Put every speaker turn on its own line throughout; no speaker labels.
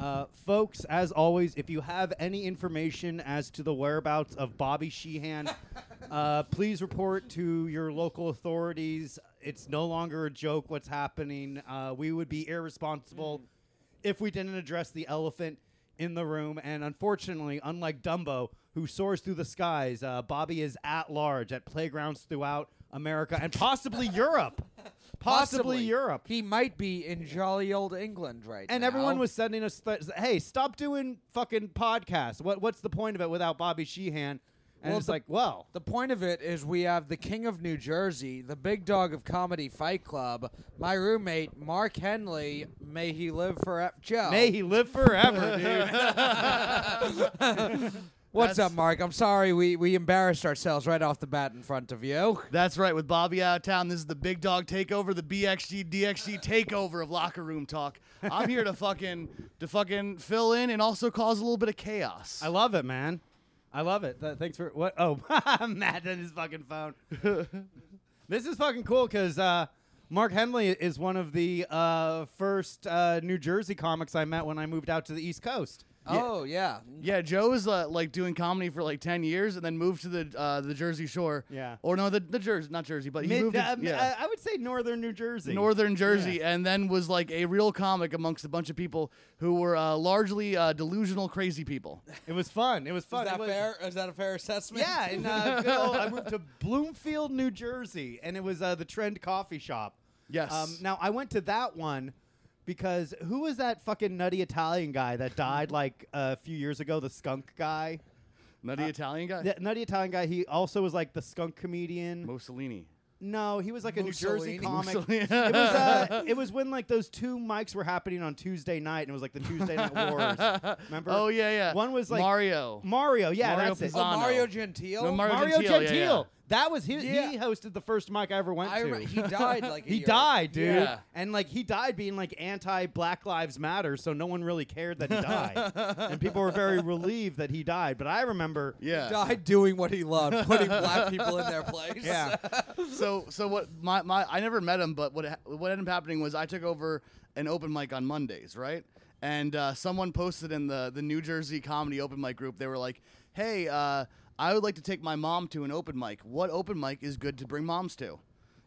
Uh, folks, as always, if you have any information as to the whereabouts of Bobby Sheehan, uh, please report to your local authorities. It's no longer a joke what's happening. Uh, we would be irresponsible if we didn't address the elephant in the room. And unfortunately, unlike Dumbo, who soars through the skies, uh, Bobby is at large at playgrounds throughout America and possibly Europe. Possibly, Europe.
He might be in jolly old England right
and
now.
everyone was sending us, th- hey, stop doing fucking podcasts. What, what's the point of it without Bobby Sheehan? And
Well,
it's
the-
like, well,
The point of it is we have the king of New Jersey, the big dog of comedy Fight Club, my roommate Mark Henley, may he live forever.
Oh.
Joe.
may he live forever, dude.
What's
That's-
up, Mark? I'm sorry we, we embarrassed ourselves right off the bat in front of you.
That's right. With Bobby out of town, this is the big dog takeover, the BXG DXG takeover of locker room talk. I'm here to fucking to fucking fill in and also cause a little bit of chaos.
I love it, man. I love it. Th- thanks for what? Oh, Matt on his fucking phone. this is fucking cool because uh, Mark Henley is one of the uh, first uh, New Jersey comics I met when I moved out to the East Coast.
Oh yeah.
yeah, Joe was uh, like doing comedy for like ten years and then moved to the uh, the Jersey Shore.
Yeah.
Or no, the the Jersey, not Jersey, but he
Mid-
moved to
uh,
yeah.
I, I would say northern New Jersey.
Northern Jersey, and then was like a real comic amongst a bunch of people who were uh, largely uh, delusional, crazy people.
It was fun. It was fun. It was-
Is that a fair assessment?
Yeah, and uh, good old- I moved to Bloomfield, New Jersey, and it was uh, the Trend Coffee Shop.
Yes.
Um, now I went to that one because who was that fucking nutty Italian guy that died like a few years ago? The skunk guy.
Nutty
Uh,
Italian guy,
The nutty Italian guy. He also was like the skunk comedian.
Mussolini.
No, he was like a New Jersey
Mussolini.
comic.
Mussolini.
it, was, uh, it was when like those two mics were happening on Tuesday night, and it was like the Tuesday night wars. Remember?
Oh yeah, yeah.
One was like
Mario.
Mario. Yeah,
Mario
that's it.
Pisano.
Oh, Mario Gentile.
No, Mario
Mario
Gentile,
Gentile.
yeah, yeah.
That was his.
Yeah.
He hosted the first mic I ever went
I
to.
re- he died like a
He
year-
died, dude.
Yeah.
And like he died being like anti Black Lives Matter, so no one really cared that he died. and people were very relieved that he died. But I remember
Yeah.
Died doing what he loved, putting black people in their place.
Yeah.
so so what my, my I never met him, but what ha- what ended up happening was I took over an open mic on Mondays, right? And uh, someone posted in the the New Jersey comedy open mic group. They were like, "Hey, uh, I would like to take my mom to an open mic. What open mic is good to bring moms to?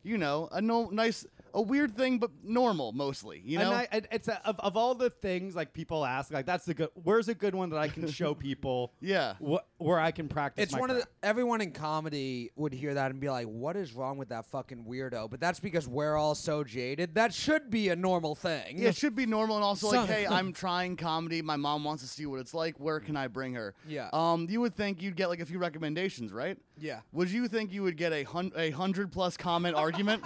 You know, a no nice." A weird thing, but normal mostly. You know,
And I, and it's a, of, of all the things like people ask, like that's the good. Where's a good one that I can show people?
Yeah.
wh- where I can practice.
It's
my
one of the
craft?
everyone in comedy would hear that and be like, "What is wrong with that fucking weirdo?" But that's because we're all so jaded. That should be a normal thing.
Yeah, it should be normal and also like,
So-
hey, I'm trying comedy. My mom wants to see what it's like. Where can I bring her?
Yeah.
Um, you would think you'd get like a few recommendations, right?
Yeah.
Would you think you would get a hun- a hundred plus comment argument?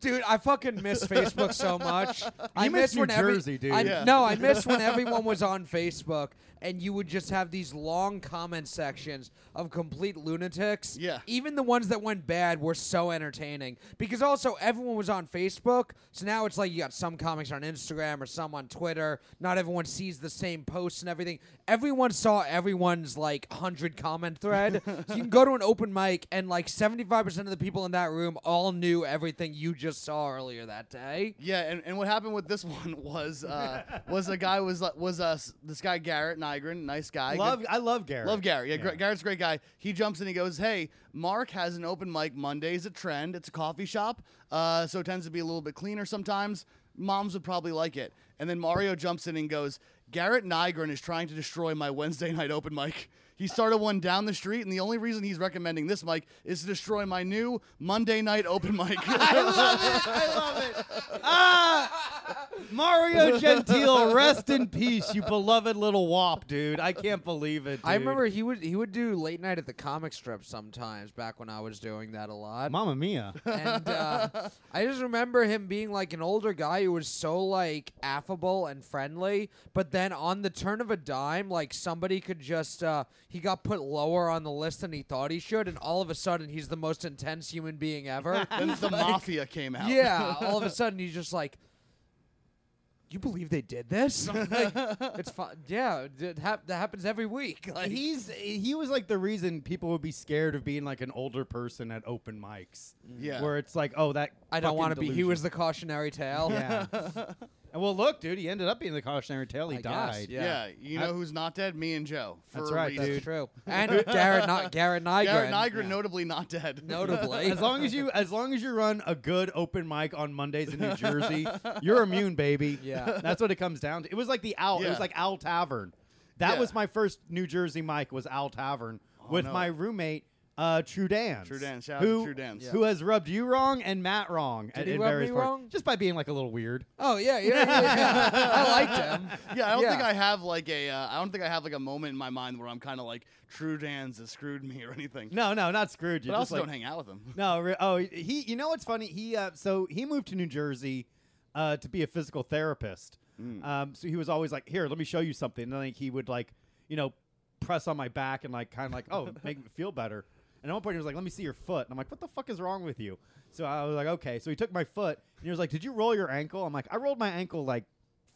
Dude, I fucking miss Facebook so much. I
miss
miss,
New
when every-
Jersey, dude.
I,
Yeah.
No, I miss when everyone was on Facebook and you would just have these long comment sections of complete lunatics.
Yeah.
Even the ones that went bad were so entertaining because also everyone was on Facebook. So now it's like you got some comics on Instagram or some on Twitter. Not everyone sees the same posts and everything. Everyone saw everyone's like 100 comment thread. so you can go to an open mic and like 75% of the people in that room all knew everything you just saw earlier that day.
yeah, and, and what happened with this one was uh, was a guy was like- was uh, this guy Garrett Nygren, nice guy, good-
love. I love Garrett.
Love Garrett. Yeah, Gar- Garrett's a great guy. He jumps in. He goes, "Hey, Mark has an open mic Mondays. A trend. It's a coffee shop, uh, so it tends to be a little bit cleaner sometimes. Moms would probably like it." And then Mario jumps in and goes, "Garrett Nygren is trying to destroy my Wednesday night open mic. He started one down the street, and the only reason he's recommending this mic is to destroy my new Monday night open mic."
I love it. Ah, Mario Gentile, rest in peace, you beloved little wop, dude. I can't believe it. Dude.
I remember he would he would do late night at the comic strip sometimes back when I was doing that a lot.
Mamma Mia.
and uh, I just remember him being like an older guy who was so like affable and friendly, but then on the turn of a dime, like somebody could just uh, he got put lower on the list than he thought he should, and all of a sudden he's the most intense human being ever.
then the mafia came out.
yeah, all of a sudden he's just like. You believe they did this? Like, it's fun. Yeah, it hap- that happens every week. Like,
Uh, He's he was like the reason people would be scared of being like an older person at open mics.
Yeah.
Where it's like, oh, that
I don't
want to
be. He was the cautionary tale.
Yeah. And well, look, dude, he ended up being the cautionary tale. He
I guess.
died.
Yeah.
Yeah, you know
I-
who's not dead? Me and Joe. For
That's
a
right,
reason.
That's
dude.
true. And Garrett, not Garrett Nygren.
Garrett Nigren,
Yeah.
notably not dead.
notably.
As long as you, as long as you run a good open mic on Mondays in New Jersey, you're immune, baby.
Yeah.
that's what it comes down to. It was like the Owl. It
Yeah.
was like Owl Tavern. That
Yeah. Oh,
was my first New Jersey mic. Was Owl Tavern with
no.
my roommate uh, True Dance.
True Dance, shout out to
who,
True Dance.
who has rubbed you wrong and Matt wrong. at,
he
in
rub
various
me
parts,
wrong?
Just by being like a little weird.
oh yeah, yeah, yeah, yeah. I liked him.
yeah, I don't think
Yeah.
I have like a. Uh, I don't think I have like a moment in my mind where I'm kind of like True Dan's has screwed me or anything.
No, no, not screwed. You
but I
just
also
like,
don't hang out with him.
No, re- oh, he. You know what's funny? He uh, so he moved to New Jersey uh, to be a physical therapist. Um, so he was always like, "Here, let me show you something." And then like, he would like, you know, press on my back and like, kind of like, "Oh, make me feel better." And at one point, he was like, "Let me see your foot." And I'm like, "What the fuck is wrong with you?" So I was like, "Okay." So he took my foot and he was like, "Did you roll your ankle?" I'm like, "I rolled my ankle like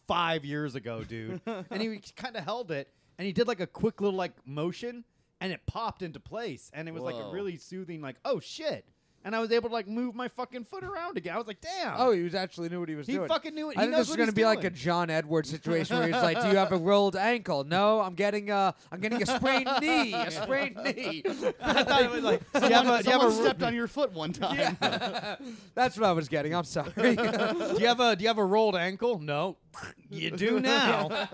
five years ago, dude." and he kind of held it and he did like a quick little like motion and it popped into place and it was like a
Whoa.
really soothing, like, oh shit. And I was able to like move my fucking foot around again. I was like, damn.
Oh, he was actually knew what he was
he
doing.
fucking knew it.
I
He
think
knows
this is
what
gonna
he's
be like a
doing.
John Edwards situation where he's like, "Do you have a rolled ankle? No, I'm getting a, I'm getting a sprained knee, a sprained knee."
I thought it was like, do you have
Someone,
a, do you have a,
stepped on your foot one time.
yeah, that's what I was getting. I'm sorry.
ro- do you have a, do you have a rolled ankle? No, you do now.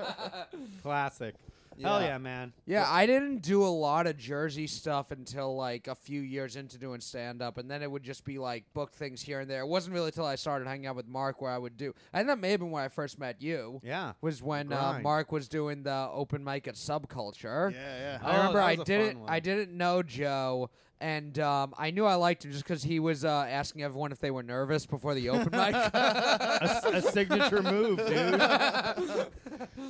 Classic. Hell
Yeah.
yeah, man.
yeah, I didn't do a lot of Jersey stuff until like a few years into doing stand up, and then it would just be like book things here and there. It wasn't really till I started hanging out with Mark where I would do, and that may have been when I first met you.
Yeah.
was when uh,
Grind.
Mark was doing the open mic at Subculture.
yeah, yeah.
I
Oh,
remember
that
I
was a
didn't
fun one.
I didn't know Joe and um, I knew I liked him just because he was uh, asking everyone if they were nervous before the open mic.
A, s- a signature move, dude.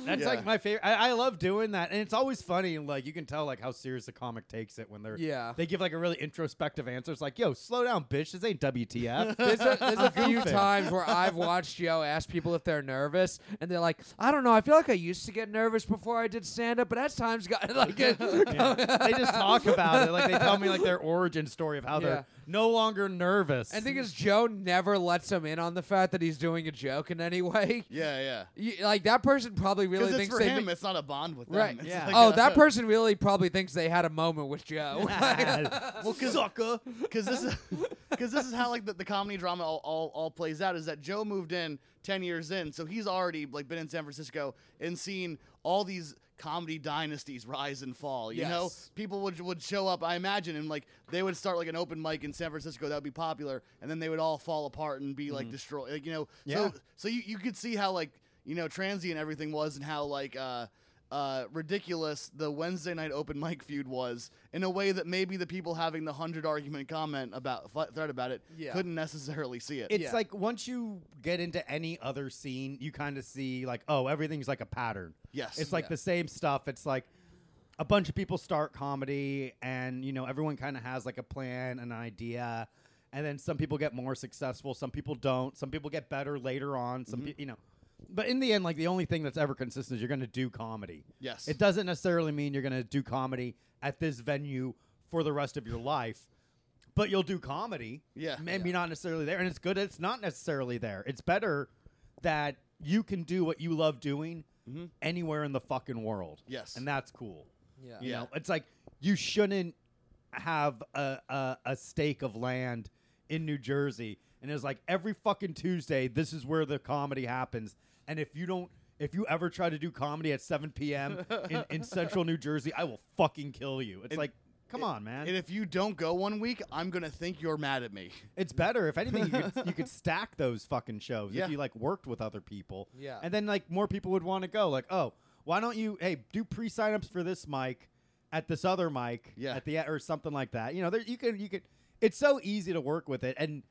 That's
Yeah.
like my favorite. I, I love doing that, and it's always funny. and, Like you can tell, like how serious the comic takes it when they're
Yeah.
They give like a really introspective answer. It's like, yo, slow down, bitch. This ain't WTF.
There's a, there's a few
goofing.
times where I've watched Joe ask people if they're nervous, and they're like, "I don't know. I feel like I used to get nervous before I did stand up, but as time's gotten like, it,
Yeah. they just talk about it. Like they tell me like their origin story of how
Yeah.
they're no longer nervous.
and thing is, Joe never lets him in on the fact that he's doing a joke in any way.
Yeah, yeah.
You- like that person probably really
Because it's
thinks
for
they
him.
ma-
it's not a bond with them.
Right.
It's
yeah.
like
oh,
a-
that person really probably thinks they had a moment with Joe.
well, sucker.
because this is because this is how like the, the comedy drama all, all, all plays out is that Joe moved in ten years in, so he's already like been in San Francisco and seen all these comedy dynasties rise and fall. You know,
Yes.
people would would show up, I imagine, and like they would start like an open mic in San Francisco that would be popular, and then they would all fall apart and be like destroyed. Like, you know,
Mm-hmm. Yeah.
so so you you could see how like you know transient everything was and how like. uh uh, ridiculous the Wednesday night open mic feud was in a way that maybe the people having the hundred argument comment about fu- thread about it
Yeah.
couldn't necessarily see it.
It's
Yeah.
like once you get into any other scene, you kind of see like, oh, everything's like a pattern.
Yes.
It's like
Yeah.
the same stuff. It's like a bunch of people start comedy and you know, everyone kind of has like a plan, an idea, and then some people get more successful, some people don't, some people get better later on,
Mm-hmm.
some peo- you know. But in the end, like the only thing that's ever consistent is you're going to do comedy.
Yes.
It doesn't necessarily mean you're going to do comedy at this venue for the rest of your life, but you'll do comedy.
Yeah.
Maybe not necessarily there. And it's good that it's not necessarily there. It's better that you can do what you love doing anywhere in the fucking world.
Mm-hmm. Yes.
And that's cool.
Yeah.
You
Yeah.
know, it's like you shouldn't have a, a, a stake of land in New Jersey. And it's like every fucking Tuesday, this is where the comedy happens. And if you don't, if you ever try to do comedy at 7 p.m. in, in central New Jersey, I will fucking kill you. It's
And-
like, come on, man.
and if you don't go one week, I'm gonna think you're mad at me.
It's better if anything you could, you could stack those fucking shows
Yeah.
if you like worked with other people.
Yeah.
and then like more people would want to go. Like, oh, why don't you? Hey, do pre signups for this mic at this other mic.
Yeah.
at the e-" or something like that. You know, there you can you could. It's so easy to work with it, and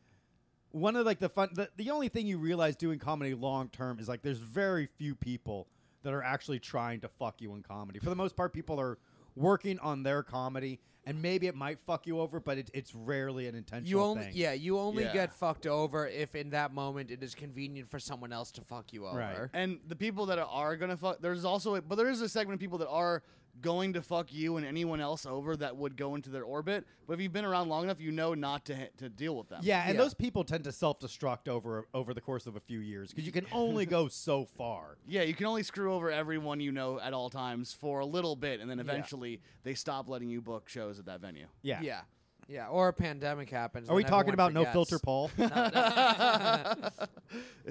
one of like the fun. The, the only thing you realize doing comedy long term is like there's very few people that are actually trying to fuck you in comedy. For the most part, people are working on their comedy. And maybe it might fuck you over, but it, it's rarely an intentional
You only
thing.
yeah, you only
Yeah.
get fucked over if in that moment it is convenient for someone else to fuck you over.
Right.
And the people that are gonna fuck, there's also, a, but there is a segment of people that are going to fuck you and anyone else over that would go into their orbit. But if you've been around long enough, you know not to ha- to deal with them.
Yeah, and
Yeah.
those people tend to self-destruct over over the course of a few years because you can only go so far.
Yeah, you can only screw over everyone you know at all times for a little bit, and then eventually they stop letting you book shows at that venue.
Yeah.
yeah, yeah. Or a pandemic happens.
Are we
and
talking
everyone
about no filter,
forgets.
Paul?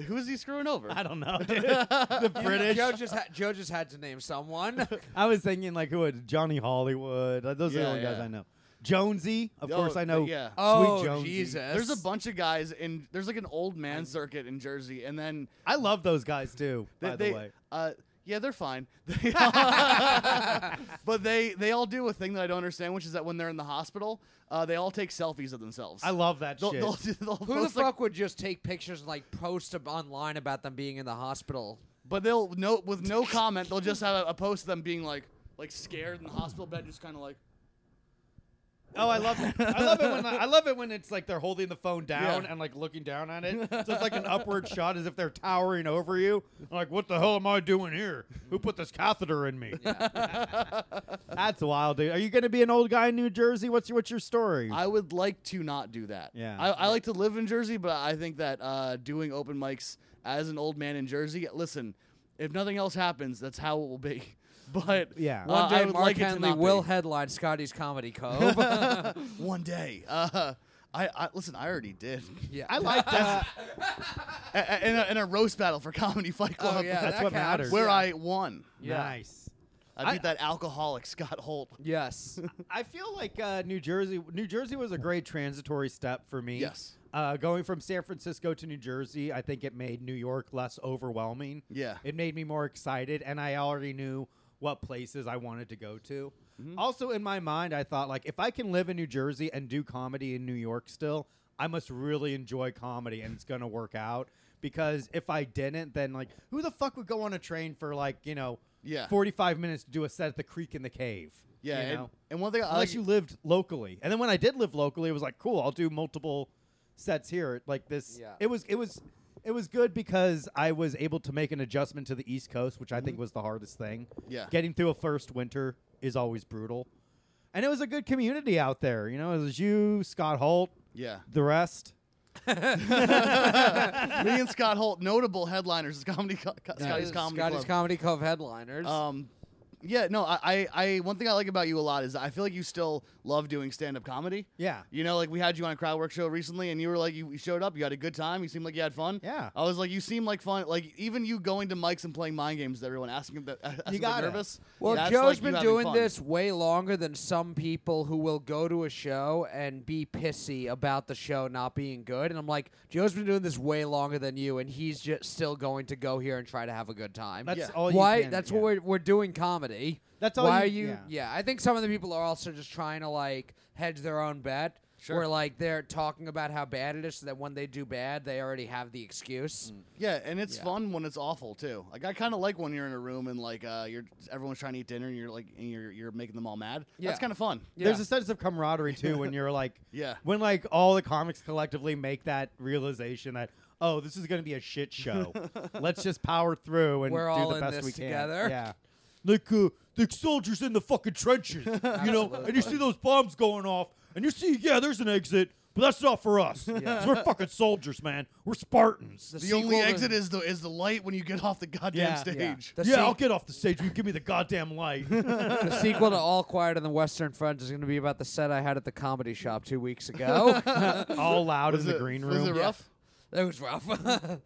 Who's he screwing over?
I don't know. dude. the British.
Joe just ha- Joe just had to name someone.
I was thinking like who would Johnny Hollywood. uh, Those are the
Yeah,
only guys
yeah.
I know. Jonesy, of
Oh,
course I know.
yeah.
oh
Sweet Jonesy.
Jesus!
There's a bunch of guys in. There's like an old man circuit in Jersey, and then
I love those guys too.
they,
by
they-
the way,
uh, yeah, they're fine. They- but they they all do a thing that I don't understand, which is that when they're in the hospital, uh, they all take selfies of themselves.
I love that
They'll,
shit.
they'll, do- they'll
Who the
post, like-
fuck would just take pictures and like post ab- online about them being in the hospital?
But they'll no with no comment. They'll just have a, a post of them being like like scared in the hospital bed, just kind of like.
oh, I love it. I love it when I love it when it's like they're holding the phone down
Yeah.
and like looking down at it. So it's like an upward shot as if they're towering over you. Like, what the hell am I doing here? Who put this catheter in me? That's wild, dude. Are you gonna be an old guy in New Jersey? What's your what's your story?
I would like to not do that.
Yeah.
I, I like to live in Jersey, but I think that uh, doing open mics as an old man in Jersey. Listen, if nothing else happens, that's how it will be. But
Yeah.
uh,
One
I
day,
would
Mark
like it to
Henley
not
will
be.
headline Scotty's Comedy Cove.
one day. Uh, I, I listen. I already did.
yeah,
I like that.
A- a- in, a, in a roast battle for Comedy Fight Club,
Oh, yeah,
That's
that
what
counts.
matters.
where
yeah.
I won.
Yeah.
Nice.
I beat that alcoholic Scott Holt.
Yes.
I feel like uh, New Jersey. New Jersey was a great transitory step for me.
Yes.
Uh, going from San Francisco to New Jersey, I think it made New York less overwhelming.
Yeah.
It made me more excited, and I already knew what places I wanted to go to.
Mm-hmm.
Also, in my mind, I thought like, if I can live in New Jersey and do comedy in New York still, I must really enjoy comedy, and it's gonna work out. Because if I didn't, then like, who the fuck would go on a train for like, you know,
Yeah.
forty-five minutes to do a set at the Creek in the Cave?
Yeah,
you
and,
know?
and one thing I
unless
like,
you lived locally. And then when I did live locally, it was like, cool, I'll do multiple sets here. Like this,
Yeah.
it was, it was, it was good because I was able to make an adjustment to the East Coast, which I think was the hardest thing.
Yeah.
getting through a first winter is always brutal, and it was a good community out there. You know, it was you, Scott Holt,
yeah.
the rest.
Me and Scott Holt, notable headliners, of comedy, co- co- Scotty's comedy,
Scotty's
Club.
Comedy Cove headliners.
um, yeah, no, I, I, I, one thing I like about you a lot is I feel like you still love doing stand-up comedy.
Yeah.
You know, like we had you on a crowd work show recently, and you were like, you you showed up, you had a good time, you seemed like you had fun.
Yeah.
I was like, you seem like fun. Like even you going to mics and playing mind games with everyone, asking them, asking if they're
gotta.
nervous.
Well,
that's
Joe's
like you
been
having
doing
fun.
this way longer than some people who will go to a show and be pissy about the show not being good. And I'm like, Joe's been doing this way longer than you, and he's just still going to go here and try to have a good time.
That's
Yeah.
all. You
Why?
can-
that's
yeah.
what we're, we're doing comedy.
That's all
Why
you-
are you?
yeah.
I think some of the people are also just trying to like hedge their own bet.
Sure.
Where like they're talking about how bad it is, so that when they do bad, they already have the excuse.
Yeah, and it's
Yeah.
fun when it's awful too. Like I kind of like when you're in a room and like uh, you're everyone's trying to eat dinner and you're like and you're you're making them all mad.
Yeah.
That's kind of fun.
There's
Yeah.
a sense of camaraderie too when you're like,
Yeah.
when like all the comics collectively make that realization that oh, this is gonna be a shit show. Let's just power through and
We're
do
all
the
in
best
this
we can.
together.
Yeah, like uh, the soldiers in the fucking trenches, you know, and you see those bombs going off, and you see, yeah, there's an exit. But that's not for us. 'Cause We're fucking soldiers, man. We're Spartans.
The only exit is the is the light when you get off the goddamn
Yeah.
stage.
The
yeah, I'll
sequ-
get off the stage. You give me the goddamn light.
the sequel to All Quiet on the Western Front is going to be about the set I had at the comedy shop two weeks ago.
All loud
Was
in the
it-
green
was
room.
it rough?
it was rough. it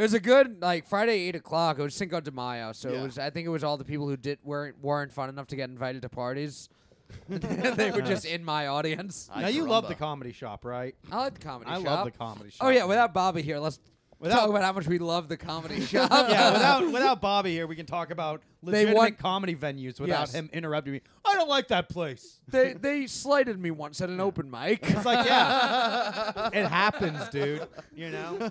was a good like Friday eight o'clock. It was Cinco de Mayo, so
Yeah.
it was. I think it was all the people who did weren't weren't fun enough to get invited to parties. they were just in my audience.
I
now you love
caramba.
the comedy shop, right?
I like the comedy
I
shop.
love the comedy shop.
Oh yeah, without Bobby here, let's
Without-
talk about how much we love the comedy shop.
yeah, without without Bobby here, we can talk about legitimate
want-
comedy venues without
Yes.
him interrupting me. I don't like that place.
they they slighted me once at an open mic.
It's like, yeah, it happens, dude. You know,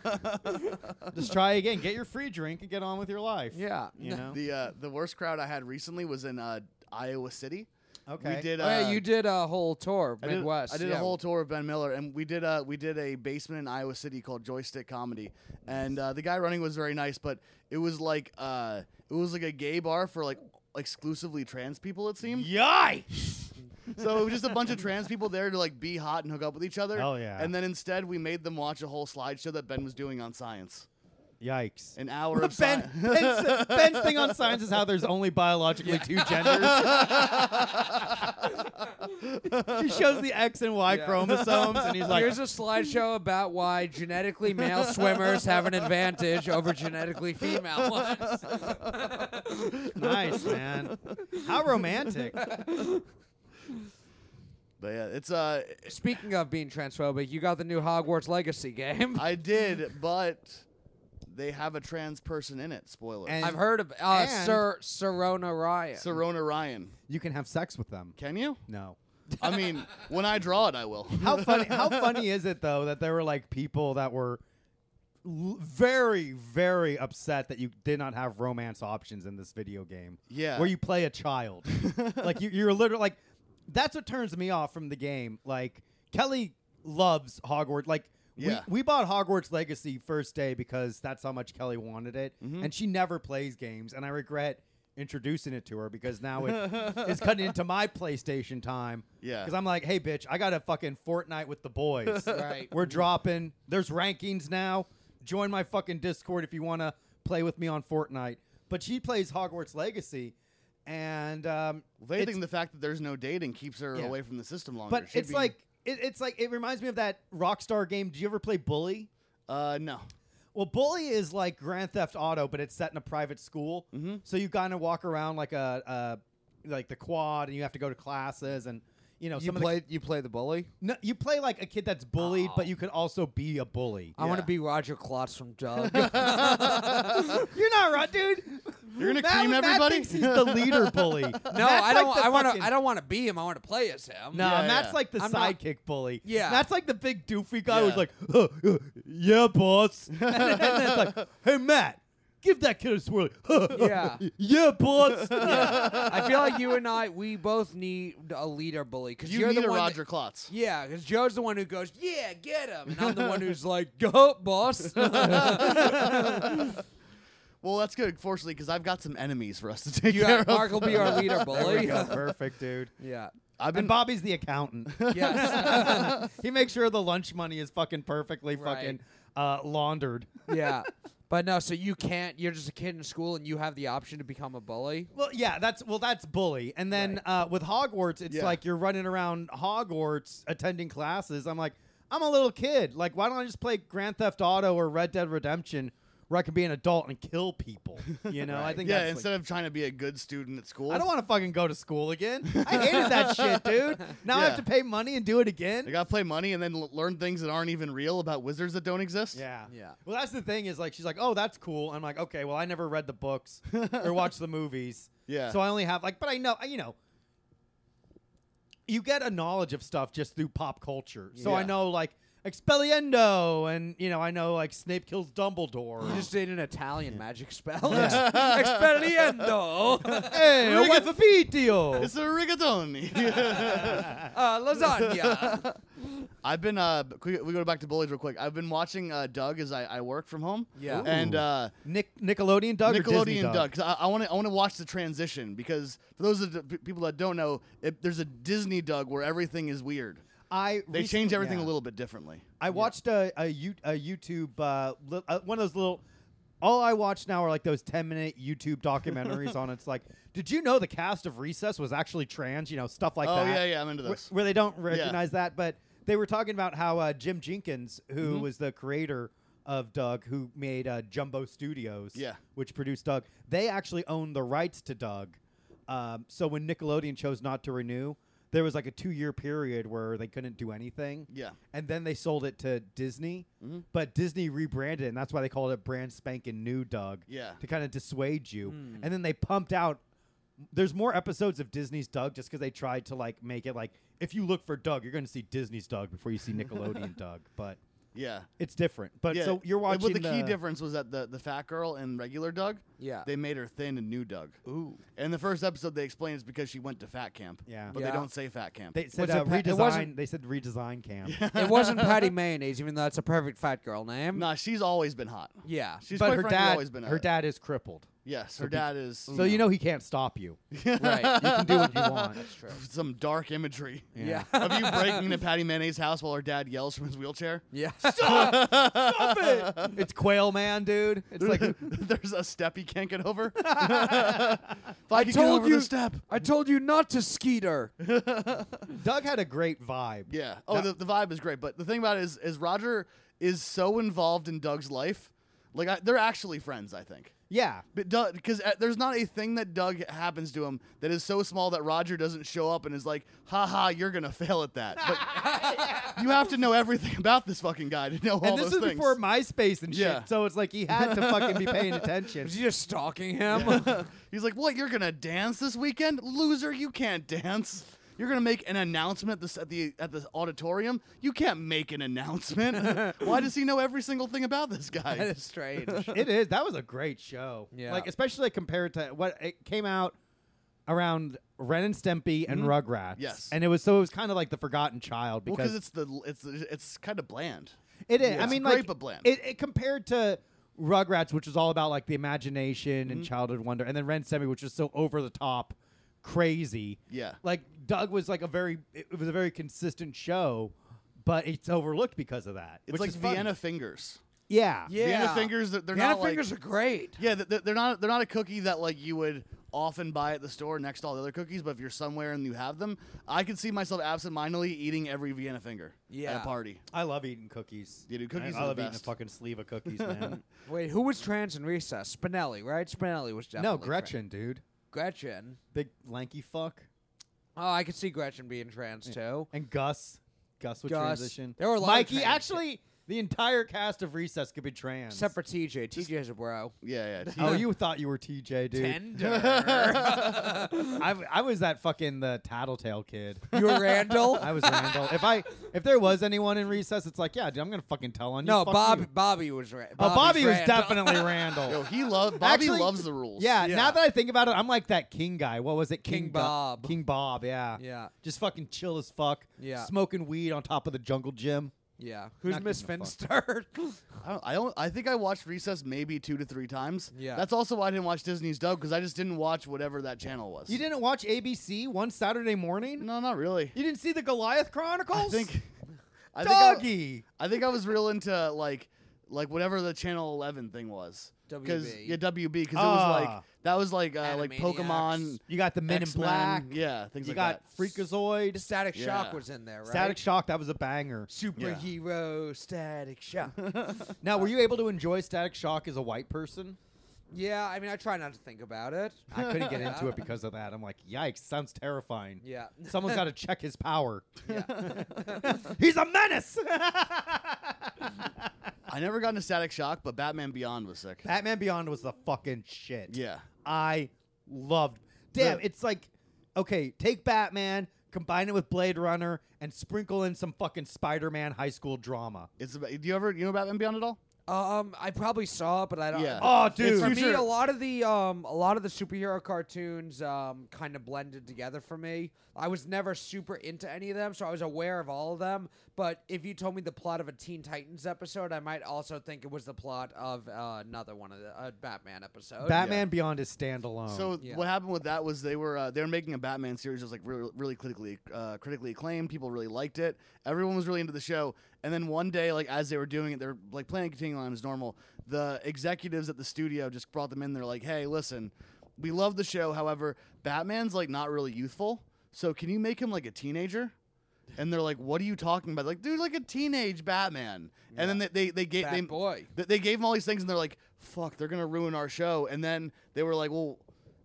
just try again. Get your free drink and get on with your life.
Yeah.
you know.
The uh, the worst crowd I had recently was in uh, Iowa City.
Okay.
We did. Uh,
oh yeah, you did a whole tour
I did,
Midwest.
I did
yeah.
a whole tour of Ben Miller, and we did a we did a basement in Iowa City called Joystick Comedy, and uh, the guy running was very nice, but it was like uh, it was like a gay bar for like exclusively trans people. It seemed
Yikes!
so it was just a bunch of trans people there to like be hot and hook up with each other.
Hell yeah.
And then instead we made them watch a whole slideshow that Ben was doing on science.
Yikes.
An hour of
ben,
sci-
Ben's, Ben's thing on science is how there's only biologically two genders. he shows the X and Y
Yeah.
chromosomes, and he's like,
Uh, Here's a slideshow about why genetically male swimmers have an advantage over genetically female ones.
"Nice, man. How romantic."
But yeah, it's uh,
Speaking of being transphobic, you got the new Hogwarts Legacy game.
I did, but they have a trans person in it. Spoiler.
And-
I've heard of uh,
and-
Sir Serona Ryan.
Serona Ryan.
You can have sex with them.
Can you?
No.
I mean, when I draw it, I will.
How funny? How funny is it though that there were like people that were l- very, very upset that you did not have romance options in this video game.
Yeah.
where you play a child. like you, you're literally like, that's what turns me off from the game. Like Kelly loves Hogwarts. Like.
Yeah.
We, we bought Hogwarts Legacy first day because that's how much Kelly wanted it,
Mm-hmm.
and she never plays games, and I regret introducing it to her because now it is cutting into my PlayStation time.
Yeah.
because I'm like, hey, bitch, I got a fucking Fortnite with the boys.
Right.
We're dropping. There's rankings now. Join my fucking Discord if you want to play with me on Fortnite. But she plays Hogwarts Legacy, and um,
They
it's-
think the fact that there's no dating keeps her
Yeah.
away from the system longer.
but
She'd
it's
be-
like it, it's like it reminds me of that Rockstar game. Do you ever play Bully?
uh, no.
Well, Bully is like Grand Theft Auto, but it's set in a private school. Mm-hmm. So you kind of walk around like a, a like the quad, and you have to go to classes, and you know some of the-
you play the bully.
No, you play like a kid that's bullied, but you could also be a bully.
I want
Yeah.
to be Roger Klotz from Doug.
You're not right, dude.
You're gonna
Matt-
cream
Matt
everybody?
thinks he's the leader bully. no,
No, I don't. I want to. I don't want to be him. I want to play as him.
No,
Yeah,
Matt's
yeah.
like the
I'm not-
sidekick bully.
Yeah.
Matt's like the big doofy guy who's
Yeah.
like, "Uh, uh, yeah, boss. and then it's like, hey, Matt, give that kid a swirly.
Yeah.
yeah, boss.
I feel like you and I, we both need a leader bully because
You
are
need
the
a
one that-
Roger Klotz.
yeah, because Joe's the one who goes, "Yeah, get him," and I'm the one who's like, "Go, boss."
Well, that's good, fortunately, because I've got some enemies for us to take
you
care
got,
of.
Mark will be our
There
leader
we
bully.
go. Perfect, dude.
yeah.
I've been
And Bobby's the accountant.
Yes.
he makes sure the lunch money is fucking perfectly
Right.
fucking uh, laundered.
yeah. But no, so you can't. You're just a kid in school, and you have the option to become a bully.
Well, yeah, that's well, that's bully. And then uh, with Hogwarts, it's
Yeah.
like you're running around Hogwarts attending classes. I'm like, I'm a little kid. Like, why don't I just play Grand Theft Auto or Red Dead Redemption, where I can be an adult and kill people? You know, I think
yeah.
that's.
Instead
like-
of trying to be a good student at school,
I don't want to fucking go to school again. I hated that shit, dude. Now I
Yeah.
have to pay money and do it again.
I gotta play money and then l- learn things that aren't even real about wizards that don't exist.
Yeah.
Yeah.
Well, that's the thing is like she's like, "Oh, that's cool." I'm like, "Okay, well, I never read the books or watched the movies."
Yeah.
So I only have like but I know, you know, you get a knowledge of stuff just through pop culture. So I
Yeah.
know like Expelliendo and you know, I know like Snape kills Dumbledore.
You just did an Italian magic spell. Expelliendo.
hey,
Rick-
what
It's a rigatoni.
Uh, lasagna.
I've been uh, qu- we go back to bullies real quick. I've been watching uh, Doug as I, I work from home.
Yeah.
and
Ooh.
uh,
Nick Nickelodeon Doug or Disney
Nickelodeon Doug. 'cause I want to I want to watch the transition because for those of the p- people that don't know, it, there's a Disney Doug where everything is weird.
I
They
recently-
change everything
yeah.
a little bit differently.
I watched a a, you, a YouTube uh, li- uh, one of those little. All I watch now are like those ten minute YouTube documentaries on. It's like, did you know the cast of Recess was actually trans? You know stuff like
oh
that.
yeah, yeah, I'm into
wh-
this.
Where they don't recognize that, but they were talking about how uh, Jim Jenkins, who
Mm-hmm.
was the creator of Doug, who made uh, Jumbo Studios,
Yeah.
which produced Doug, they actually own the rights to Doug. Um, so when Nickelodeon chose not to renew, there was like a two year period where they couldn't do anything
yeah, Mm-hmm.
and then they sold it to Disney. But Disney rebranded it, and that's why they called it brand spanking new Doug.
Yeah.
To kind of dissuade you. And then they pumped out. There's more episodes of Disney's Doug just because they tried to like make it like if you look for Doug, you're going to see Disney's Doug before you see Nickelodeon Doug. But
yeah.
it's different. But
yeah.
so you're
Uh,
watching.
But the key difference was that the, the fat girl and regular Doug,
Yeah.
they made her thin and new Doug.
Ooh.
And the first episode they explain it's because she went to fat camp.
Yeah.
but
Yeah.
they don't say fat camp.
They said
Was it
uh,
pa- it wasn't-
redesign. They said redesign camp.
It wasn't Patty Mayonnaise, even though that's a perfect fat girl name.
nah, she's always been hot.
Yeah.
she's
but
quite
her
frankly
dad,
always been.
her
a-
dad is crippled.
Yes, her dad is Mm,
So you know he can't stop you. You
right.
can do what you want.
That's true.
some dark imagery
Yeah.
of you breaking into Patty Mayonnaise's house while her dad yells from his wheelchair.
Yeah.
it's Quail Man, dude. It's like
There's a step he can't get over. if
I
I could get
told
over
you-
the step.
I told you not to skeeter.
Doug had a great vibe.
Yeah. Oh, the, the vibe is great. But the thing about it is, is Roger is so involved in Doug's life. Like, I, they're actually friends, I think.
Yeah.
But Doug, because uh, there's not a thing that Doug happens to him that is so small that Roger doesn't show up and is like, "Ha ha, you're gonna fail at that." But you have to know everything about this fucking guy to know all
and this
those
was
things.
before MySpace and shit,
Yeah.
so it's like he had to fucking be paying attention.
Was he just stalking him?
He's like, "What? You're gonna dance this weekend, loser? You can't dance. You're gonna make an announcement at the at the at the auditorium. You can't make an announcement. Why does he know every single thing about this
That
guy?
is strange.
It is. That was a great show.
Yeah.
Like especially like, compared to what it came out around Ren and Stimpy and Rugrats.
Mm-hmm. Yes.
And it was so it was kind of like the forgotten child
Well,
because
because it's the it's it's kind of bland.
It is.
Yeah.
I
It's
mean,
great
like
but bland.
It, it compared to Rugrats, which was all about like the imagination
Mm-hmm.
and childhood wonder, and then Ren Semi, which was so over the top, crazy.
Yeah.
like Doug was like a very it was a very consistent show, but it's overlooked because of that.
It's
which
like
is funny.
Vienna Fingers.
Yeah.
yeah.
Vienna Fingers, they're- they're
Vienna
not like-
fingers are great.
Yeah, th- th- they're not they're not a cookie that like you would often buy at the store next to all the other cookies. But if you're somewhere and you have them, I could see myself absentmindedly eating every Vienna finger at
Yeah.
a party.
I love eating cookies.
Yeah, dude, cookies
I,
are the
love eating
best.
a fucking sleeve of cookies, man.
Wait, who was trans in recess? Spinelli, right? Spinelli was definitely
no,
trans.
Gretchen, dude,
Gretchen.
big lanky fuck,
Oh, I could see Gretchen being trans too.
and Gus. Gus would
Gus.
transition.
There were a lot of
Mikey.
trans
actually, the entire cast of Recess could be trans.
Except for TJ. TJ's a bro.
Yeah, yeah.
Oh, you thought you were TJ, dude.
Tender.
I, I was that fucking the tattletale kid.
you were Randall?
I was Randall. If I if there was anyone in recess, it's like, yeah, dude, I'm gonna fucking tell on you.
no,
Fuck
Bob.
you.
Bobby was Randall.
Oh, Bobby was
Randall.
definitely
Yo,
Randall.
he loves Bobby
Actually,
loves the rules.
Yeah,
Yeah.
Now that I think about it, I'm like that King guy. What was it?
King
Gu-
Bob.
King Bob. Yeah.
Yeah.
Just fucking chill as fuck.
Yeah.
Smoking weed on top of the jungle gym.
Yeah. Who's
Not
Miss
giving a
Finster?
I don't, I don't. I think I watched Recess maybe two to three times.
Yeah.
That's also why I didn't watch Disney's Doug because I just didn't watch whatever that channel was.
You didn't watch ABC one Saturday morning?
No, not really.
You didn't see the Goliath Chronicles?
I think. I think I-
Doggy.
I think I was real into like like whatever the Channel Eleven thing was. 'Cause-
WB.
Yeah, WB. Because it
Ah.
was like that was like uh, like Pokemon.
Animaniacs.
You got the Men
X-Men,
in Black.
Yeah, things
you
like
got
that.
Freakazoid.
Static Shock
Yeah.
was in there, right?
Static Shock, that was a banger.
Superhero Static Shock.
Now, were you able to enjoy Static Shock as a white person?
yeah, I mean, I try not to think about it.
I couldn't get into it because of that. I'm like, yikes, sounds terrifying.
Yeah.
Someone's got to check his power.
yeah.
He's a menace.
I never got into Static Shock, but Batman Beyond was sick.
Batman Beyond was the fucking shit.
yeah.
I loved. Damn,
The-
it's like, okay, take Batman, combine it with Blade Runner, and sprinkle in some fucking Spider-Man high school drama.
It's about, do you ever you know Batman Beyond at all?
Um, I probably saw it, but I don't.
Yeah.
Oh,
It's
dude.
for me,
future-
a lot of the um, a lot of the superhero cartoons um, kind of blended together for me. I was never super into any of them, so I was aware of all of them. But if you told me the plot of a Teen Titans episode, I might also think it was the plot of uh, another one of the uh, Batman episode.
Batman Beyond is standalone.
Oh, So
yeah.
what happened with that was they were uh, they were making a Batman series that was like really, really critically uh, critically acclaimed. People really liked it. Everyone was really into the show. And then one day, like as they were doing it, they're like planning to continue on as normal. The executives at the studio just brought them in. They're like, "Hey, listen, we love the show. However, Batman's like not really youthful. So can you make him like a teenager?" And they're like, "What are you talking about?" Like, dude, like a teenage Batman. And then they they, they gave
Bad
they,
boy.
th- they gave them all these things and they're like fuck they're gonna ruin our show and then they were like well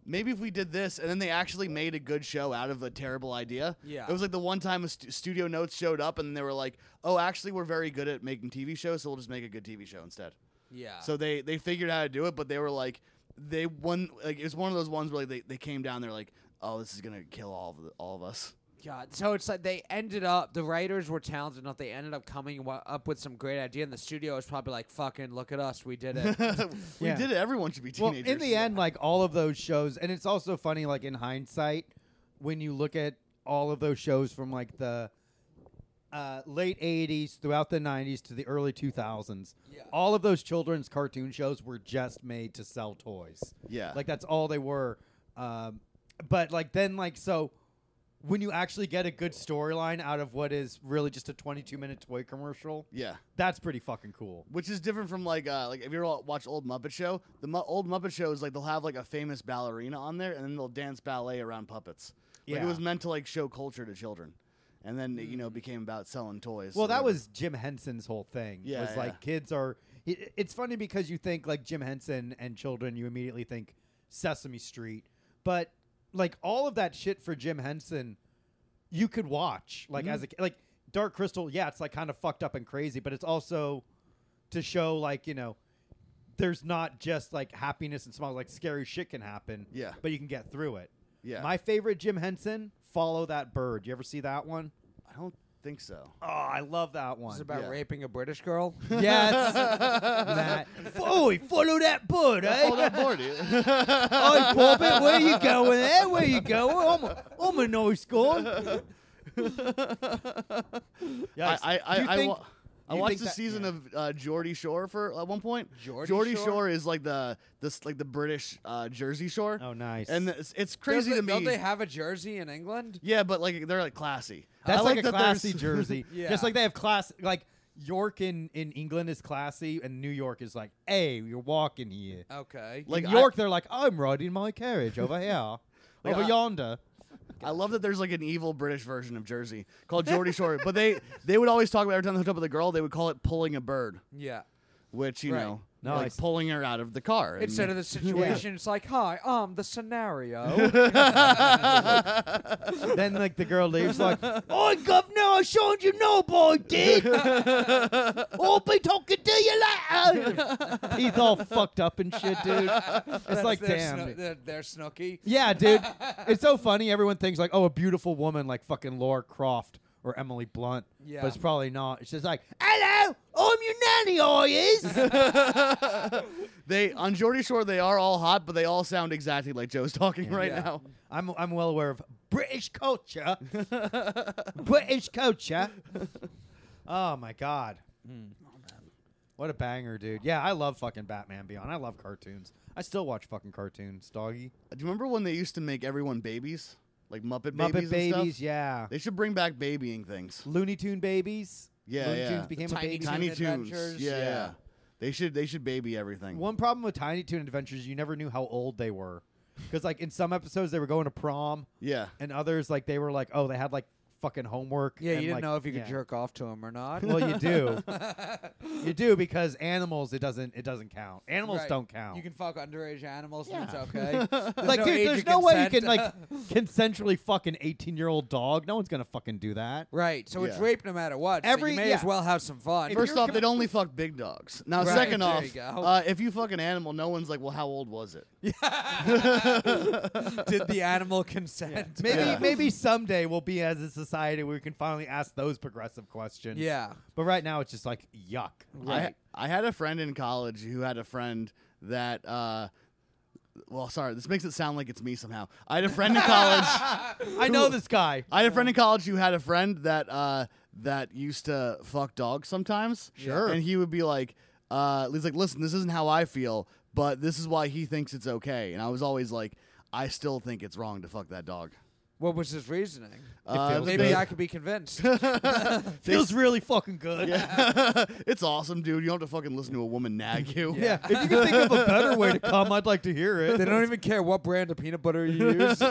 maybe if we did this and then they actually made a good show out of a terrible idea
Yeah.
it was like the one time a stu- studio notes showed up and they were like oh actually we're very good at making tv shows so we'll just make a good tv show instead
Yeah.
so they they figured out how to do it but they were like they one like it's one of those ones where like, they, they came down they're like oh this is gonna kill all of the, all of us
God. So it's like they ended up, the writers were talented enough, they ended up coming wa- up with some great idea, and the studio was probably like, fucking, look at us, we did it.
we
Yeah.
did it everyone should be
well,
teenagers
in the end, like all of those shows, and it's also funny, like in hindsight, when you look at all of those shows from like the uh, late 80s throughout the 90s to the early 2000s all of those children's cartoon shows were just made to sell toys
Yeah.
like that's all they were um, but like then like so when you actually get a good storyline out of what is really just a 22 minute toy commercial
Yeah.
that's pretty fucking cool
Which is different from like uh, like if you ever watch old Muppet Show, the mu- old Muppet Show is like they'll have like a famous ballerina on there, and then they'll dance ballet around puppets. Like
Yeah. Mm.
it was meant to like show culture to children, and then you know became about selling toys.
Well,
or
that
whatever.
was Jim Henson's whole thing.
Yeah,
was
yeah.
like kids are. i- It's funny because you think like Jim Henson and children, you immediately think Sesame Street, but like all of that shit for Jim Henson, you could watch like as a ki- like Dark Crystal. Yeah, it's like kind of fucked up and crazy, but it's also to show like you know. There's not just like happiness and smiles, like scary shit can happen.
Yeah.
But you can get through it.
Yeah.
My favorite Jim Henson, Follow That Bird. You ever see that one?
I don't think so.
Oh, I love that one.
This is about
Yeah.
raping a British girl.
Yes. that. Oh, he follow that bird,
Hold
eh?
up, more, dude.
Oh, Corbett, where you going there? Where you going? I'm a, I'm a nice guy. yes.
I I I,
Do you
I,
think-
wa- I
you
watched
think
the
that-
season
yeah.
of uh, Geordie Shore for at one point.
Geordie
Geordie
Shore?
Shore? is like the this like the British uh, Jersey Shore.
Oh, nice.
And it's, it's crazy
Doesn't-
to me.
Don't they have a jersey in England?
yeah, but like they're like classy.
That's
I
like, a
that there's-
classy jersey.
Yeah.
Just like they have class, like York in, in England is classy, and New York is like, hey, you're walking here.
Okay.
Like,
Like
I-
York, they're like, I'm riding my carriage over here,
Like,
over
I-
yonder.
I love that there's like an evil British version of Jersey called Geordie Shore. but they they would always talk about every time they hooked up with a girl, they would call it pulling a bird,
yeah.
which you
Right.
know,
No, I
like
s-
pulling her out of the car. and-
Instead of the situation, it's like, hi, um, the scenario.
then like the girl leaves like, "Oh, governor, I showed you no boy, did. I'll be talking to you later." Teeth all fucked up and shit, dude. It's
That's
like,
their
damn.
Sno-
dude.
their, their snooky.
yeah, dude. It's so funny. Everyone thinks like, oh, a beautiful woman like fucking Laura Croft or Emily Blunt.
Yeah.
But it's probably not. It's just like, hello, I'm your nanny, I is.
they on Geordie Shore, they are all hot, but they all sound exactly like Joe's talking right
Yeah.
now.
I'm I'm well aware of British culture. British culture. Oh my god.
Hmm.
What a banger, dude. Yeah, I love fucking Batman Beyond. I love cartoons. I still watch fucking cartoons, doggy.
Do you remember when they used to make everyone babies, like Muppet
Muppet
babies?
babies,
and stuff?
yeah.
They should bring back babying things.
Looney Tune babies.
Yeah,
Looney
yeah.
Tunes became a
Tiny
baby.
Tiny
Toon
Toons.
Adventures,
Yeah,
yeah.
yeah. They should they should baby everything.
One problem with Tiny Toon Adventures, you never knew how old they were. Because like in some episodes they were going to prom,
Yeah.
and others like they were like, oh, they had like fucking homework.
Yeah, you
and,
didn't
like-
know if you could
yeah.
jerk off to him or not.
Well, you do. you do because animals. It doesn't. It doesn't count. Animals
Right.
don't count.
You can fuck underage animals. And it's
Yeah.
okay. There's
like,
no
dude,
age
there's
of
no way you can
consent.
like consensually fuck an 18 year old dog. No one's gonna fucking do that.
Right, so it's
Yeah.
rape no matter what. so
Every-
you may
yeah.
as well have some fun.
If
First
you're
off,
gonna-
they'd only fuck big dogs. Now,
Right,
second
there
off,
you go.
uh, if you fuck an animal, no one's like, well, how old was it?
Did the animal consent?
Maybe
Yeah.
maybe someday we'll be as a society where we can finally ask those progressive questions.
Yeah.
But right now it's just like yuck.
Right.
I, I had a friend in college who had a friend that, uh, well, sorry, this makes it sound like it's me somehow. I had a friend in college.
I know this guy.
I had a friend in college who had a friend that uh, that used to fuck dogs sometimes.
Sure.
And he would be like, uh, he's like, listen, this isn't how I feel, but this is why he thinks it's okay. And I was always like, I still think it's wrong to fuck that dog.
What was his reasoning?
Uh,
feels
they-
Maybe
good.
I could be convinced.
they
Feels really fucking good. Yeah.
it's awesome, dude. You don't have to fucking listen to a woman nag you.
If you can think of a better way to come, I'd like to hear it.
they don't even care what brand of peanut butter you use.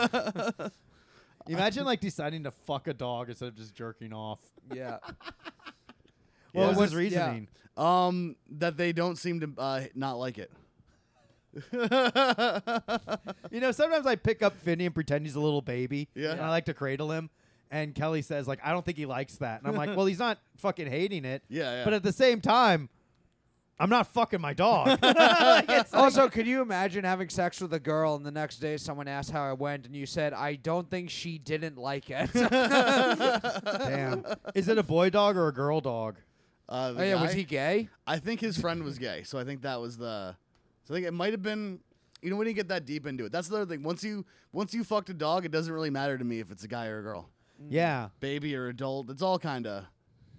Imagine like deciding to fuck a dog instead of just jerking off.
yeah.
What
Yeah.
was his
Yeah.
reasoning?
Um, that they don't seem to uh, not like it.
You know, sometimes I pick up Finney and pretend he's a little baby.
Yeah.
And I like to cradle him. And Kelly says, like, I don't think he likes that. And I'm like, well, he's not fucking hating it.
Yeah, yeah.
But at the same time, I'm not fucking my dog. Like, it's like-
Also, could you imagine having sex with a girl and the next day someone asked how it went and you said, I don't think she didn't like it? oh,
damn. Is it a boy dog or a girl dog?
Uh, the
Oh, yeah, was
guy-
he gay?
I think his friend was gay, so I think that was the. So I think it might have been. You know, we didn't get that deep into it. That's the other thing. Once you once you fucked a Mm. dog, it doesn't really matter to me if it's a guy or a girl,
Yeah.
baby or adult. It's all kind of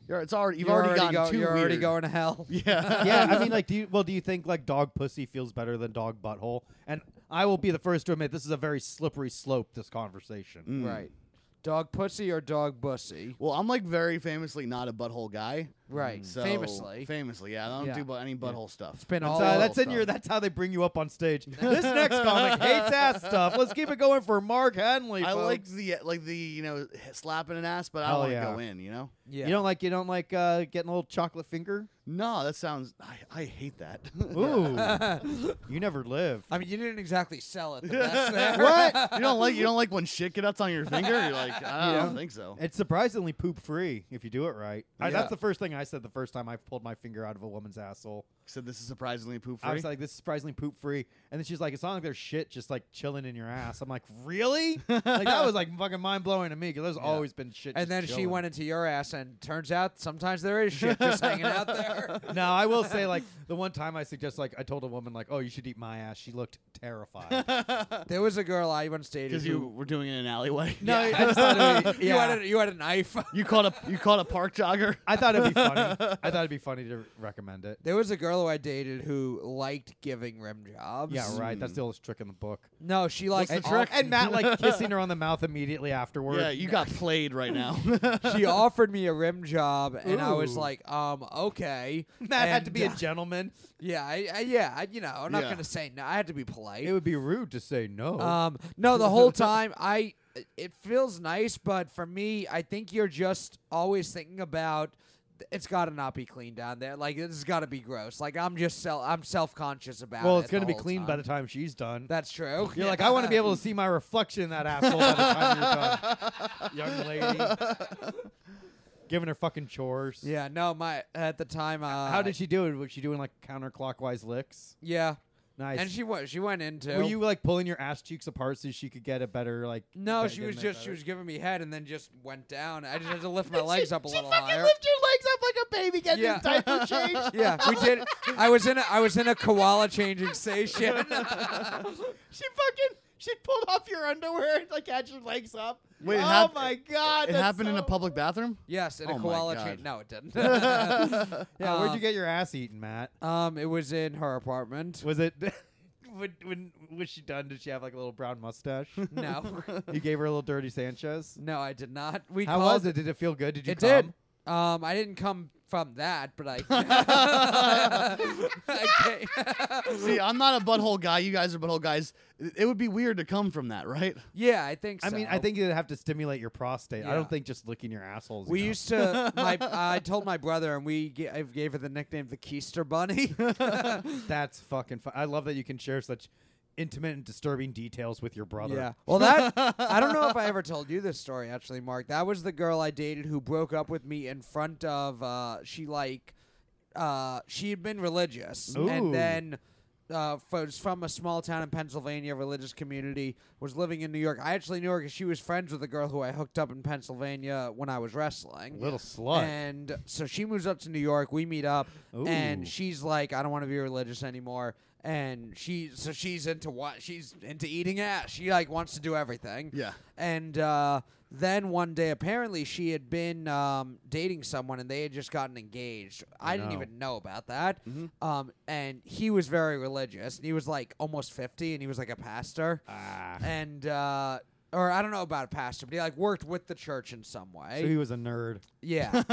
You're, it's already you've
You're
already, gotten
go-
too
You're
weird.
already going to hell.
Yeah.
yeah, I mean, like, do you, well, do you think like dog pussy feels better than dog butthole? And I will be the first to admit this is a very slippery slope. This conversation.
Mm.
Right. Dog pussy or dog bussy?
Well, I'm like very famously not a butthole guy.
Right.
So-
Famously.
Famously, yeah. I don't
Yeah.
do bu- any butthole stuff.
it's been
That's
all
So
all
that's in
stuff.
your. That's how they bring you up on stage. this next comic hates ass stuff. Let's keep it going for Mark Henley.
I
folks.
like the like the you know slapping an ass, but I don't
Hell
want to
yeah.
go in. You know?
yeah.
You don't like you don't like uh, getting a little chocolate finger.
No, that sounds. I, I hate that.
Ooh, you never live.
I mean, you didn't exactly sell it the best there.
what? You don't like you don't like when shit gets on your finger. You're like, I
Yeah.
don't think so.
It's surprisingly poop free if you do it right. I,
Yeah.
that's the first thing I said the first time I pulled my finger out of a woman's asshole.
So this is surprisingly poop
I
free.
was like, "This is surprisingly poop free," and then she's like, "It's not like there's shit just like chilling in your ass." I'm like, "Really?" like that was like fucking mind blowing to me because there's always been shit.
And
just
then she
chilling.
went into your ass, and turns out sometimes there is shit just hanging out there.
Now I will say, like the one time I suggest, like I told a woman, like, "Oh, you should eat my ass." She looked terrified.
There was a girl I once dated.
because
who-
you were doing it in an alleyway.
no, I just thought it'd be,
you,
yeah.
had a, you had a knife.
you caught a you caught a park jogger.
I thought it'd be funny. I thought it'd be funny to recommend it.
there was a girl who I dated who liked giving rim jobs.
Yeah, right.
Mm.
That's the oldest trick in the book.
No, she liked
the
And,
all-
trick?
and Matt like kissing her on the mouth immediately afterward.
Yeah, you got played right now.
she offered me a rim job, and I was
Ooh.
like, um, okay.
Matt had to
And,
be a
uh,
gentleman.
yeah, I, I, yeah. I, you know, I'm not
Yeah.
gonna say no. I had to be polite.
It would be rude to say no.
Um, no, the whole time I, it feels nice, but for me, I think you're just always thinking about. It's got to not be clean down there. Like this has got to be gross. Like I'm just self, I'm self conscious about.
well,
it
it's gonna
the
be
whole
clean by
time.
the time she's done.
That's true.
You're like, I want to be able to see my reflection in that asshole by the time you're done, young lady. Giving her fucking chores.
Yeah, no, my at the time. Uh,
How did she do it? Was she doing like counterclockwise licks?
Yeah,
Nice.
and she went. She went into.
were you like pulling your ass cheeks apart so she could get a better like?
No,
get-
she
get
was
in there
just she
better?
was giving me head and then just went down. I just had to lift my legs up a little
fucking
higher.
lift your legs up like a baby getting
Yeah.
his diaper changed.
Yeah, we did. I was in a I was in a koala changing station.
She fucking she pulled off your underwear and like had your legs up.
Wait, it
oh
hap-
my god,
it
that's
happened in
so-
a public bathroom.
Yes, in a
Oh my
koala
God.
chain. No, it didn't. um,
Yeah, where'd you
Um,
get your ass eaten, Matt?
it was in her apartment.
Was it? When, when was she done? Did she have like a little brown mustache?
No,
you gave her a little dirty Sanchez.
no, I did not. We
How
called.
was it? Did it feel good? Did you?
It
come?
did. Um, I didn't come from that, but I. I came-
See, I'm not a butthole guy. You guys are butthole guys. It would be weird to come from that, right?
yeah, I think.
I
so.
mean, I think you'd have to stimulate your prostate. I
Yeah.
don't think just licking your assholes.
We used to. My I told my brother, and we ga- I gave her the nickname the Keister Bunny.
That's fucking. Fu- I love that you can share such intimate and disturbing details with your brother.
Yeah. Well, that I don't know if I ever told you this story actually, Mark. That was the girl I dated who broke up with me in front of. Uh, she like, uh, she had been religious,
Ooh.
and then. Uh, fo- was from a small town in Pennsylvania, religious community, was living in New York. I actually knew her 'cause she was friends with a girl who I hooked up in Pennsylvania when I was wrestling.
Little slut.
And so she moves up to New York. We meet up,
Ooh.
and she's like, "I don't want to be religious anymore." And she, so she's into what? She's into eating ass. She like wants to do everything.
Yeah.
And uh, then one day, apparently, she had been um, dating someone, and they had just gotten engaged. I didn't
No.
even know about that. Um, and he was very religious. He was like almost fifty, and he was like a pastor
Ah.
and uh, or I don't know about a pastor, but he like worked with the church in some way.
So he was a nerd.
yeah,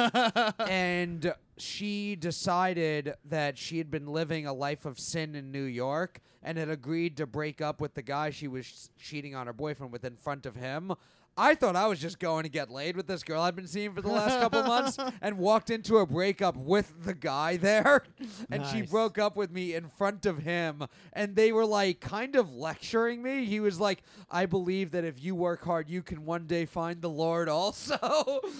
and she decided that she had been living a life of sin in New York and had agreed to break up with the guy she was cheating on her boyfriend with in front of him. I thought I was just going to get laid with this girl I've been seeing for the last couple months and walked into a breakup with the guy there. And she
Nice.
broke broke up with me in front of him and they were like kind of lecturing me. He was like, I believe that if you work hard, you can one day find the Lord also.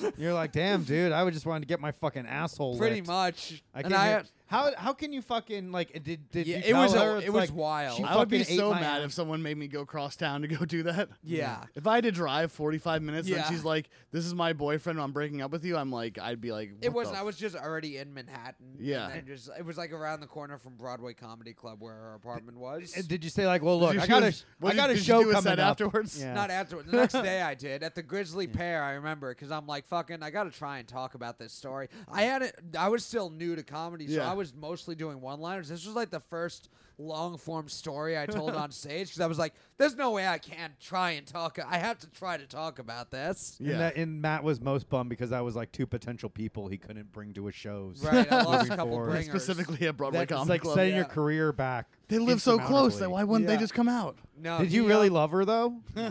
You're like, damn, dude. I would just wanted to get my fucking asshole.
Pretty
licked.
much.
I
And
came here-
I,
I How how can you fucking like? eh, Did did
Yeah,
you
it
tell
was a-
her?
it
It's
was
like,
wild.
she
I
I would be
fucking ate
so
my
mad
ass.
if someone made me go cross town to go do that.
Yeah.
If I had to drive 45 minutes
Yeah.
and she's like, "This is my boyfriend, I'm breaking up with you," I'm like, I'd be like,
It
"What
wasn't.
the
I was just already in Manhattan.
Yeah.
And then just it was like around the corner from Broadway Comedy Club where her apartment was.
And Eh, did you say like, well, look,
you
I
do
got
a-
a, sh-
what
I
did-
got a
did you
show
do a set
coming up.
afterwards?
Yeah.
Not afterward. The next day I did at the Grizzly Pear. I remember because I'm like, fucking, I gotta try and talk about this story. I had it. I was still new to comedy, so
Yeah.
I was mostly doing one-liners. This was like the first long-form story I told on stage because I was like, there's no way I can't try and talk. I have to try to talk about this.
Yeah.
And, that, and Matt was most bummed because that was like two potential people he couldn't bring to his shows.
Right. I lost a
Moving
couple
forward.
bringers.
specifically at Broadway
That's
Comedy
like
Club.
setting your
yeah.
career back.
They live so close that
insurmountably.
why wouldn't
Yeah.
they just come out?
No.
Did you
he,
really
um,
love her though?
No.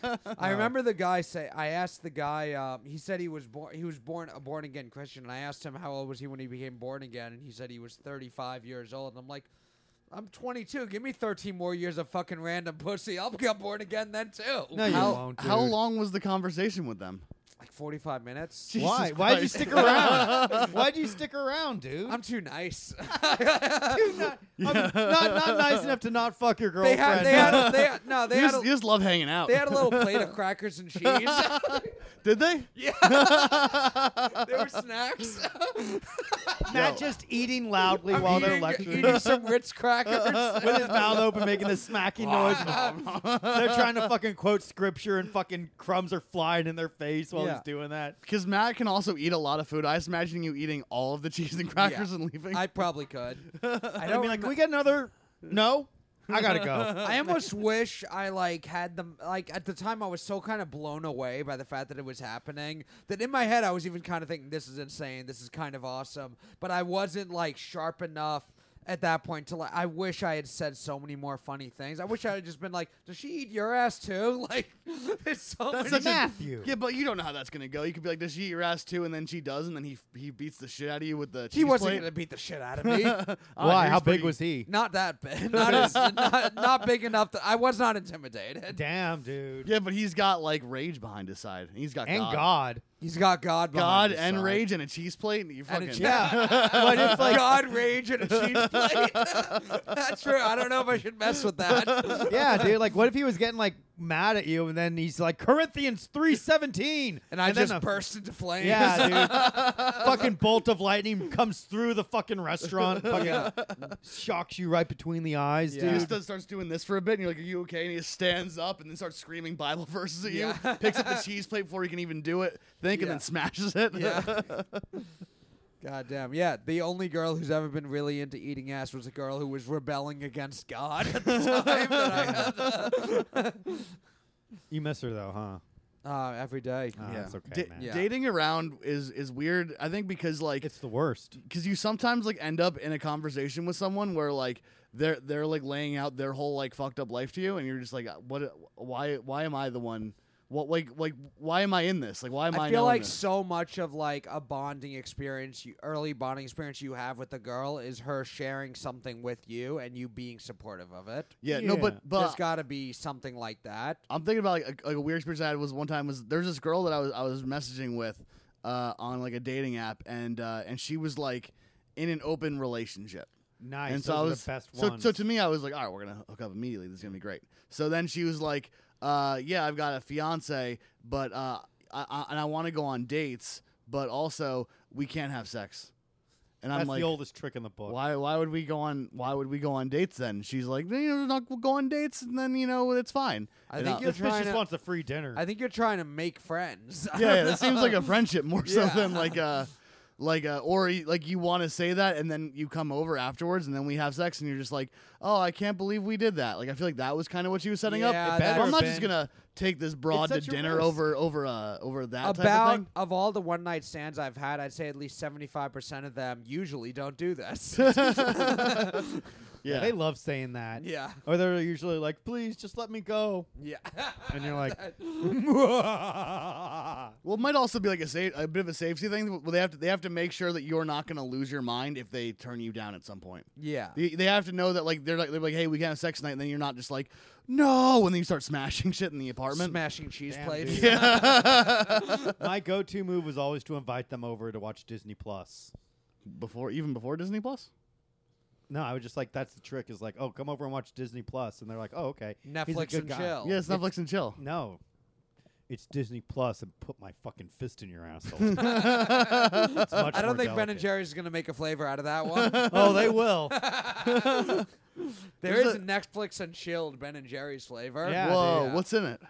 Uh,
I remember the guy say. I asked the guy. Um, he said he was born. He was born a born again Christian. And I asked him how old was he when he became born again, and he said he was 35 years old. And I'm like, I'm 22. Give me 13 more years of fucking random pussy. I'll get born again then too.
No, you
Oh,
how,
won't,
how
dude.
long was the conversation with them?
like 45 minutes.
Jesus
Why? Why'd you
Christ.
stick around? Why'd you stick around, dude?
I'm too nice.
You're not, I'm not not nice enough to not fuck your
they
girlfriend.
had. They had. They had. No, they
you,
had.
just,
A,
you just love hanging out.
they had a little plate of crackers and cheese.
Did they?
there were snacks.
Matt just eating loudly
I'm
while they're
eating-
lecturing
eating some Ritz crackers.
with his mouth open, making this smacking noise. they're trying to fucking quote scripture, and fucking crumbs are flying in their face while
Yeah.
he's doing that.
Because Matt can also eat a lot of food. I was imagining you eating all of the cheese and crackers
Yeah.
and leaving.
I probably could. I
I'd
don't
be like,
remem-
"Can we get another? No, I gotta go.
I almost wish I like had them like at the time I was so kind of blown away by the fact that it was happening that in my head I was even kind of thinking this is insane, this is kind of awesome, but I wasn't like sharp enough at that point to like I wish I had said so many more funny things. I wish I had just been like, does she eat your ass too? Like it's so
That's
many-
such
Matthew.
A, yeah, but you don't know how that's gonna go. You could be like, "Does she eat your ass too?" And then she does, and then he he beats the shit out of you with the. Uh,
he wasn't gonna beat the shit out of me.
Why? How big was he?
not that big. Not, as, not not big enough that I was not intimidated.
Damn, dude.
Yeah, but he's got like rage behind his side. He's got
And
God,
God.
He's got God behind
God
his
and
side.
rage and a cheese plate. And you
And
fucking
a
Yeah. but if like
God rage and a cheese plate. That's true. I don't know if I should mess with that.
yeah, dude. Like, what if he was getting like mad at you, and then he's like Corinthians three seventeen,
And I just
then a-
burst into flames.
Yeah, dude. fucking bolt of lightning comes through the fucking restaurant, fucking shocks you right between the eyes,
Yeah.
He
dude.
just does- starts doing this for a bit, and you're like, "Are you okay?" And he just stands up and then starts screaming Bible verses at
Yeah.
you. Picks up the cheese plate before he can even do it. Think
Yeah.
and then smashes it.
Yeah. God damn. Yeah. The only girl who's ever been really into eating ass was a girl who was rebelling against God at the time. that I had,
You miss her though, huh?
uh, every day.
Ah,
Yeah.
It's okay,
Da-
man.
Yeah.
Dating around is is weird. I think because like
It's the worst.
because you sometimes like end up in a conversation with someone where like they're they're like laying out their whole like fucked up life to you, and you're just like, "Uh, what? Why? Why am I the one? What like like why am I in this? Like why am I?
I feel
knowing
like
this?
so much of like a bonding experience, you, early bonding experience you have with the girl is her sharing something with you and you being supportive of it.
yeah, no,
Yeah.
but
There's
but
got to be something like that.
I'm thinking about like a, like a weird experience I had was one time was there's this girl that I was I was messaging with uh, on like a dating app, and uh, and she was like in an open relationship.
Nice.
and so
Those
I
are
was
the best
so,
ones.
so to me, I was like, all right, we're gonna hook up immediately. This is gonna be great. So then she was like, uh, yeah, I've got a fiance, but uh, I, I, and I want to go on dates, but also we can't have sex. And
That's
I'm like,
the oldest trick in the book.
why? Why would we go on? Why would we go on dates then? And She's like, you know, not, we'll go on dates, and then you know, it's fine.
I
And
think
I-
you're
This bitch
trying
just
to-
wants a free dinner.
I think you're trying to make friends.
yeah, yeah, that seems like a friendship more so
Yeah.
than like a like a or y- like you want to say that and then you come over afterwards and then we have sex and you're just like, "Oh, I can't believe we did that." Like I feel like that was kind of what she was setting
Yeah,
up.
It better
I'm not
have
just
been.
going to take this broad to
such a
dinner
risk.
over over uh over that type of
About
thing.
of all the one night stands I've had, I'd say at least seventy five percent of them usually don't do this.
Yeah.
They love saying that.
yeah,
Or they're usually like, please just let me go.
yeah.
And you're like,
well, it might also be like a sa- a bit of a safety thing. Well, they have to they have to make sure that you're not going to lose your mind if they turn you down at some point.
yeah.
They, they have to know that like they're like they're like, "Hey, we can have sex tonight." And then you're not just like, "No," and then you start smashing shit in the apartment.
Smashing cheese
Damn,
plates.
dude. My go to move was always to invite them over to watch Disney Plus.
before even before Disney Plus?
No, I was just like, that's the trick. Is like, oh, come over and watch Disney Plus, and they're like, oh, okay. He's a
Netflix
good
and
guy.
chill.
Yeah, it's Netflix and chill.
No, it's Disney Plus, and put my fucking fist in your asshole. It's much
I
more
don't think Ben and
delicate.
Jerry's is gonna make a flavor out of that one.
Oh, they will.
there
There's
is
a-
a Netflix and chilled Ben and Jerry's flavor.
Yeah,
Whoa,
dude.
what's in it?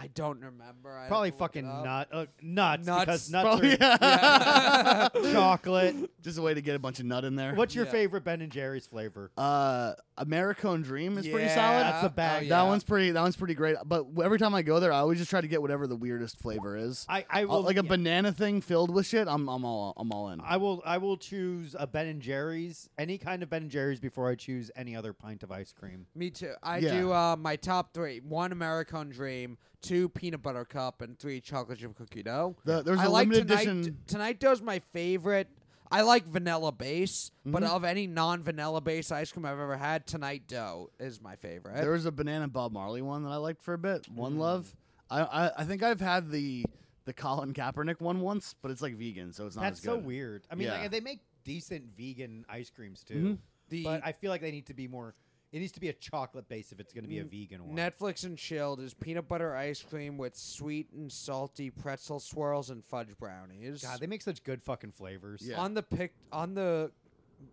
I don't remember. I have
Probably
to look
fucking
it up.
nut, uh, nuts,
Nuts.
because nuts
Probably,
are
Yeah.
chocolate.
Just a way to get a bunch of nut in there.
What's your
Yeah.
favorite Ben and Jerry's flavor?
Uh, Americone Dream is pretty
Yeah.
solid.
That's a bag.
Oh,
That
yeah.
one's pretty. That one's pretty great. But every time I go there, I always just try to get whatever the weirdest flavor is.
I, I
Uh,
will
like a
yeah.
banana thing filled with shit. I'm I'm all I'm all in.
I will I will choose a Ben and Jerry's, any kind of Ben and Jerry's before I choose any other pint of ice cream.
Me too. I
Yeah.
do uh, my top three: one American Dream, two peanut butter cup, and three chocolate chip cookie dough.
The- there's
I
a
like
limited
tonight,
edition-
Tonight dough's my favorite. I like vanilla base, but
Mm-hmm.
of any non-vanilla base ice cream I've ever had, tonight dough is my favorite.
There was a banana Bob Marley one that I liked for a bit. One
Mm.
Love. I, I I think I've had the the Colin Kaepernick one once, but it's like vegan, so it's not
That's
as
so
good.
weird. I mean,
Yeah. Mm-hmm.
like, they make decent vegan ice creams too,
The-
but I feel like they need to be more. It needs to be a chocolate base if it's going to be a vegan one.
Netflix and chilled is peanut butter ice cream with sweet and salty pretzel swirls and fudge brownies.
God, they make such good fucking flavors.
Yeah.
on the pic on the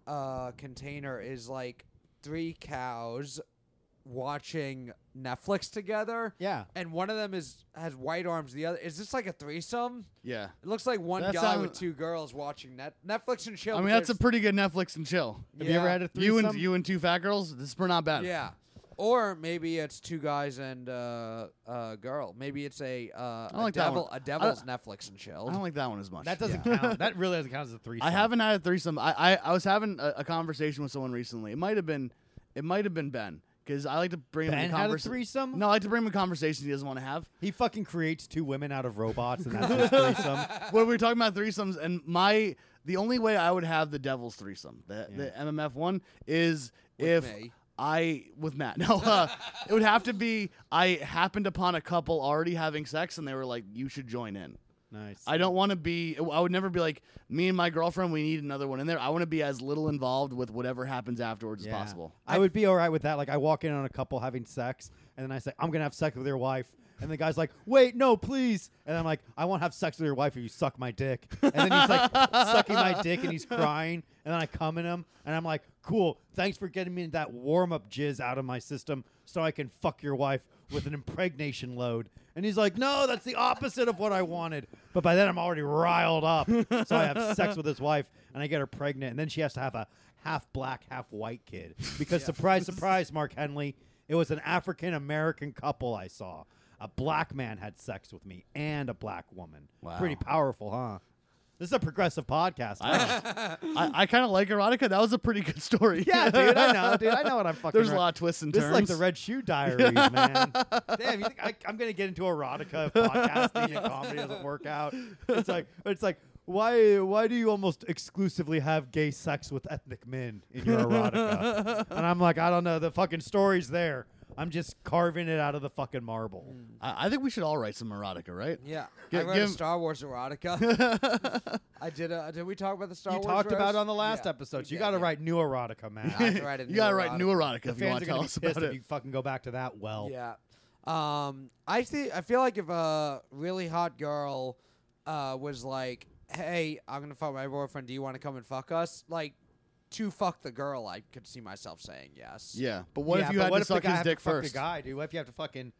uh, container is like three cows watching Netflix together.
Yeah.
And one of them is has white arms. The other is this like a threesome?
Yeah.
It looks like one
That
guy
sounds-
with two girls watching net Netflix and chill.
I
but
mean, that's a
there's-
pretty good Netflix and chill.
Have you ever
Yeah.
had a
You
threesome?
and you and two fat girls. This is not bad.
yeah. Or maybe it's two guys and uh, a girl. Maybe it's a uh, a
like that
devil
one.
a devil's Netflix and
I
chill.
don't like that one as much.
That doesn't count. That really doesn't count as a threesome.
I haven't had a threesome. I I, I was having a, a conversation with someone recently. It might have been, it might have been Ben because I like to bring him
Ben
the
had a
conversa-
threesome?
No, I like to bring him conversations he doesn't want to have.
He fucking creates two women out of robots, and that's his threesome.
when we were talking about threesomes, and my the only way I would have the devil's threesome, the, the MMF one, is
With
if
me.
I with Matt. No, uh, it would have to be I happened upon a couple already having sex, and they were like, "You should join in."
Nice.
I don't want to be. I would never be like me and my girlfriend. We need another one in there. I want to be as little involved with whatever happens afterwards
Yeah.
as possible.
I would be all right with that. Like, I walk in on a couple having sex, and then I say, I'm going to have sex with your wife. And the guy's like, wait, no, please. And I'm like, I won't have sex with your wife if you suck my dick. And then he's like sucking my dick and he's crying. And then I come in him and I'm like, cool, thanks for getting me that warm up jizz out of my system so I can fuck your wife with an impregnation load. And he's like, no, that's the opposite of what I wanted. But by then I'm already riled up. So I have sex with his wife and I get her pregnant. And then she has to have a half black, half white kid. Because surprise, surprise, Mark Henley, it was an African American couple I saw. A black man had sex with me and a black woman.
Wow.
Pretty powerful, huh? This is a progressive podcast. huh?
I, I kind of like erotica. That was a pretty good story.
yeah, dude, I know, dude. I know what I'm fucking
There's a
right.
lot of twists and
This
turns.
is like the Red Shoe Diaries, man. Damn, you think I, I'm gonna get into erotica if podcasting and comedy doesn't work out? It's like it's like why why do you almost exclusively have gay sex with ethnic men in your erotica? and I'm like, I don't know. The fucking story's there. I'm just carving it out of the fucking marble.
I, I think we should all write some erotica, right?
yeah, I
Gi-
wrote a
give-
Star Wars erotica. I did. A, did we talk about the Star
You
Wars?
talked about
roast?
it on the last
Yeah,
episode.
we
So you
did,
got to
yeah.
write new erotica,
I have
man.
to write a
you gotta
new
write new erotica
the
if you
fans
want
are
to tell
gonna
us
be pissed
about
if
it.
you fucking go back to that well.
Yeah. Um, I see. I feel like if a really hot girl uh, was like, "Hey, I'm gonna fuck my boyfriend. Do you want to come and fuck us?" Like, to fuck the girl, I could see myself saying yes.
Yeah, but what
Yeah,
if you
but
had
what
to
if the
suck
guy
his
had to
dick
fuck
first?
The guy, dude. What if you have to fucking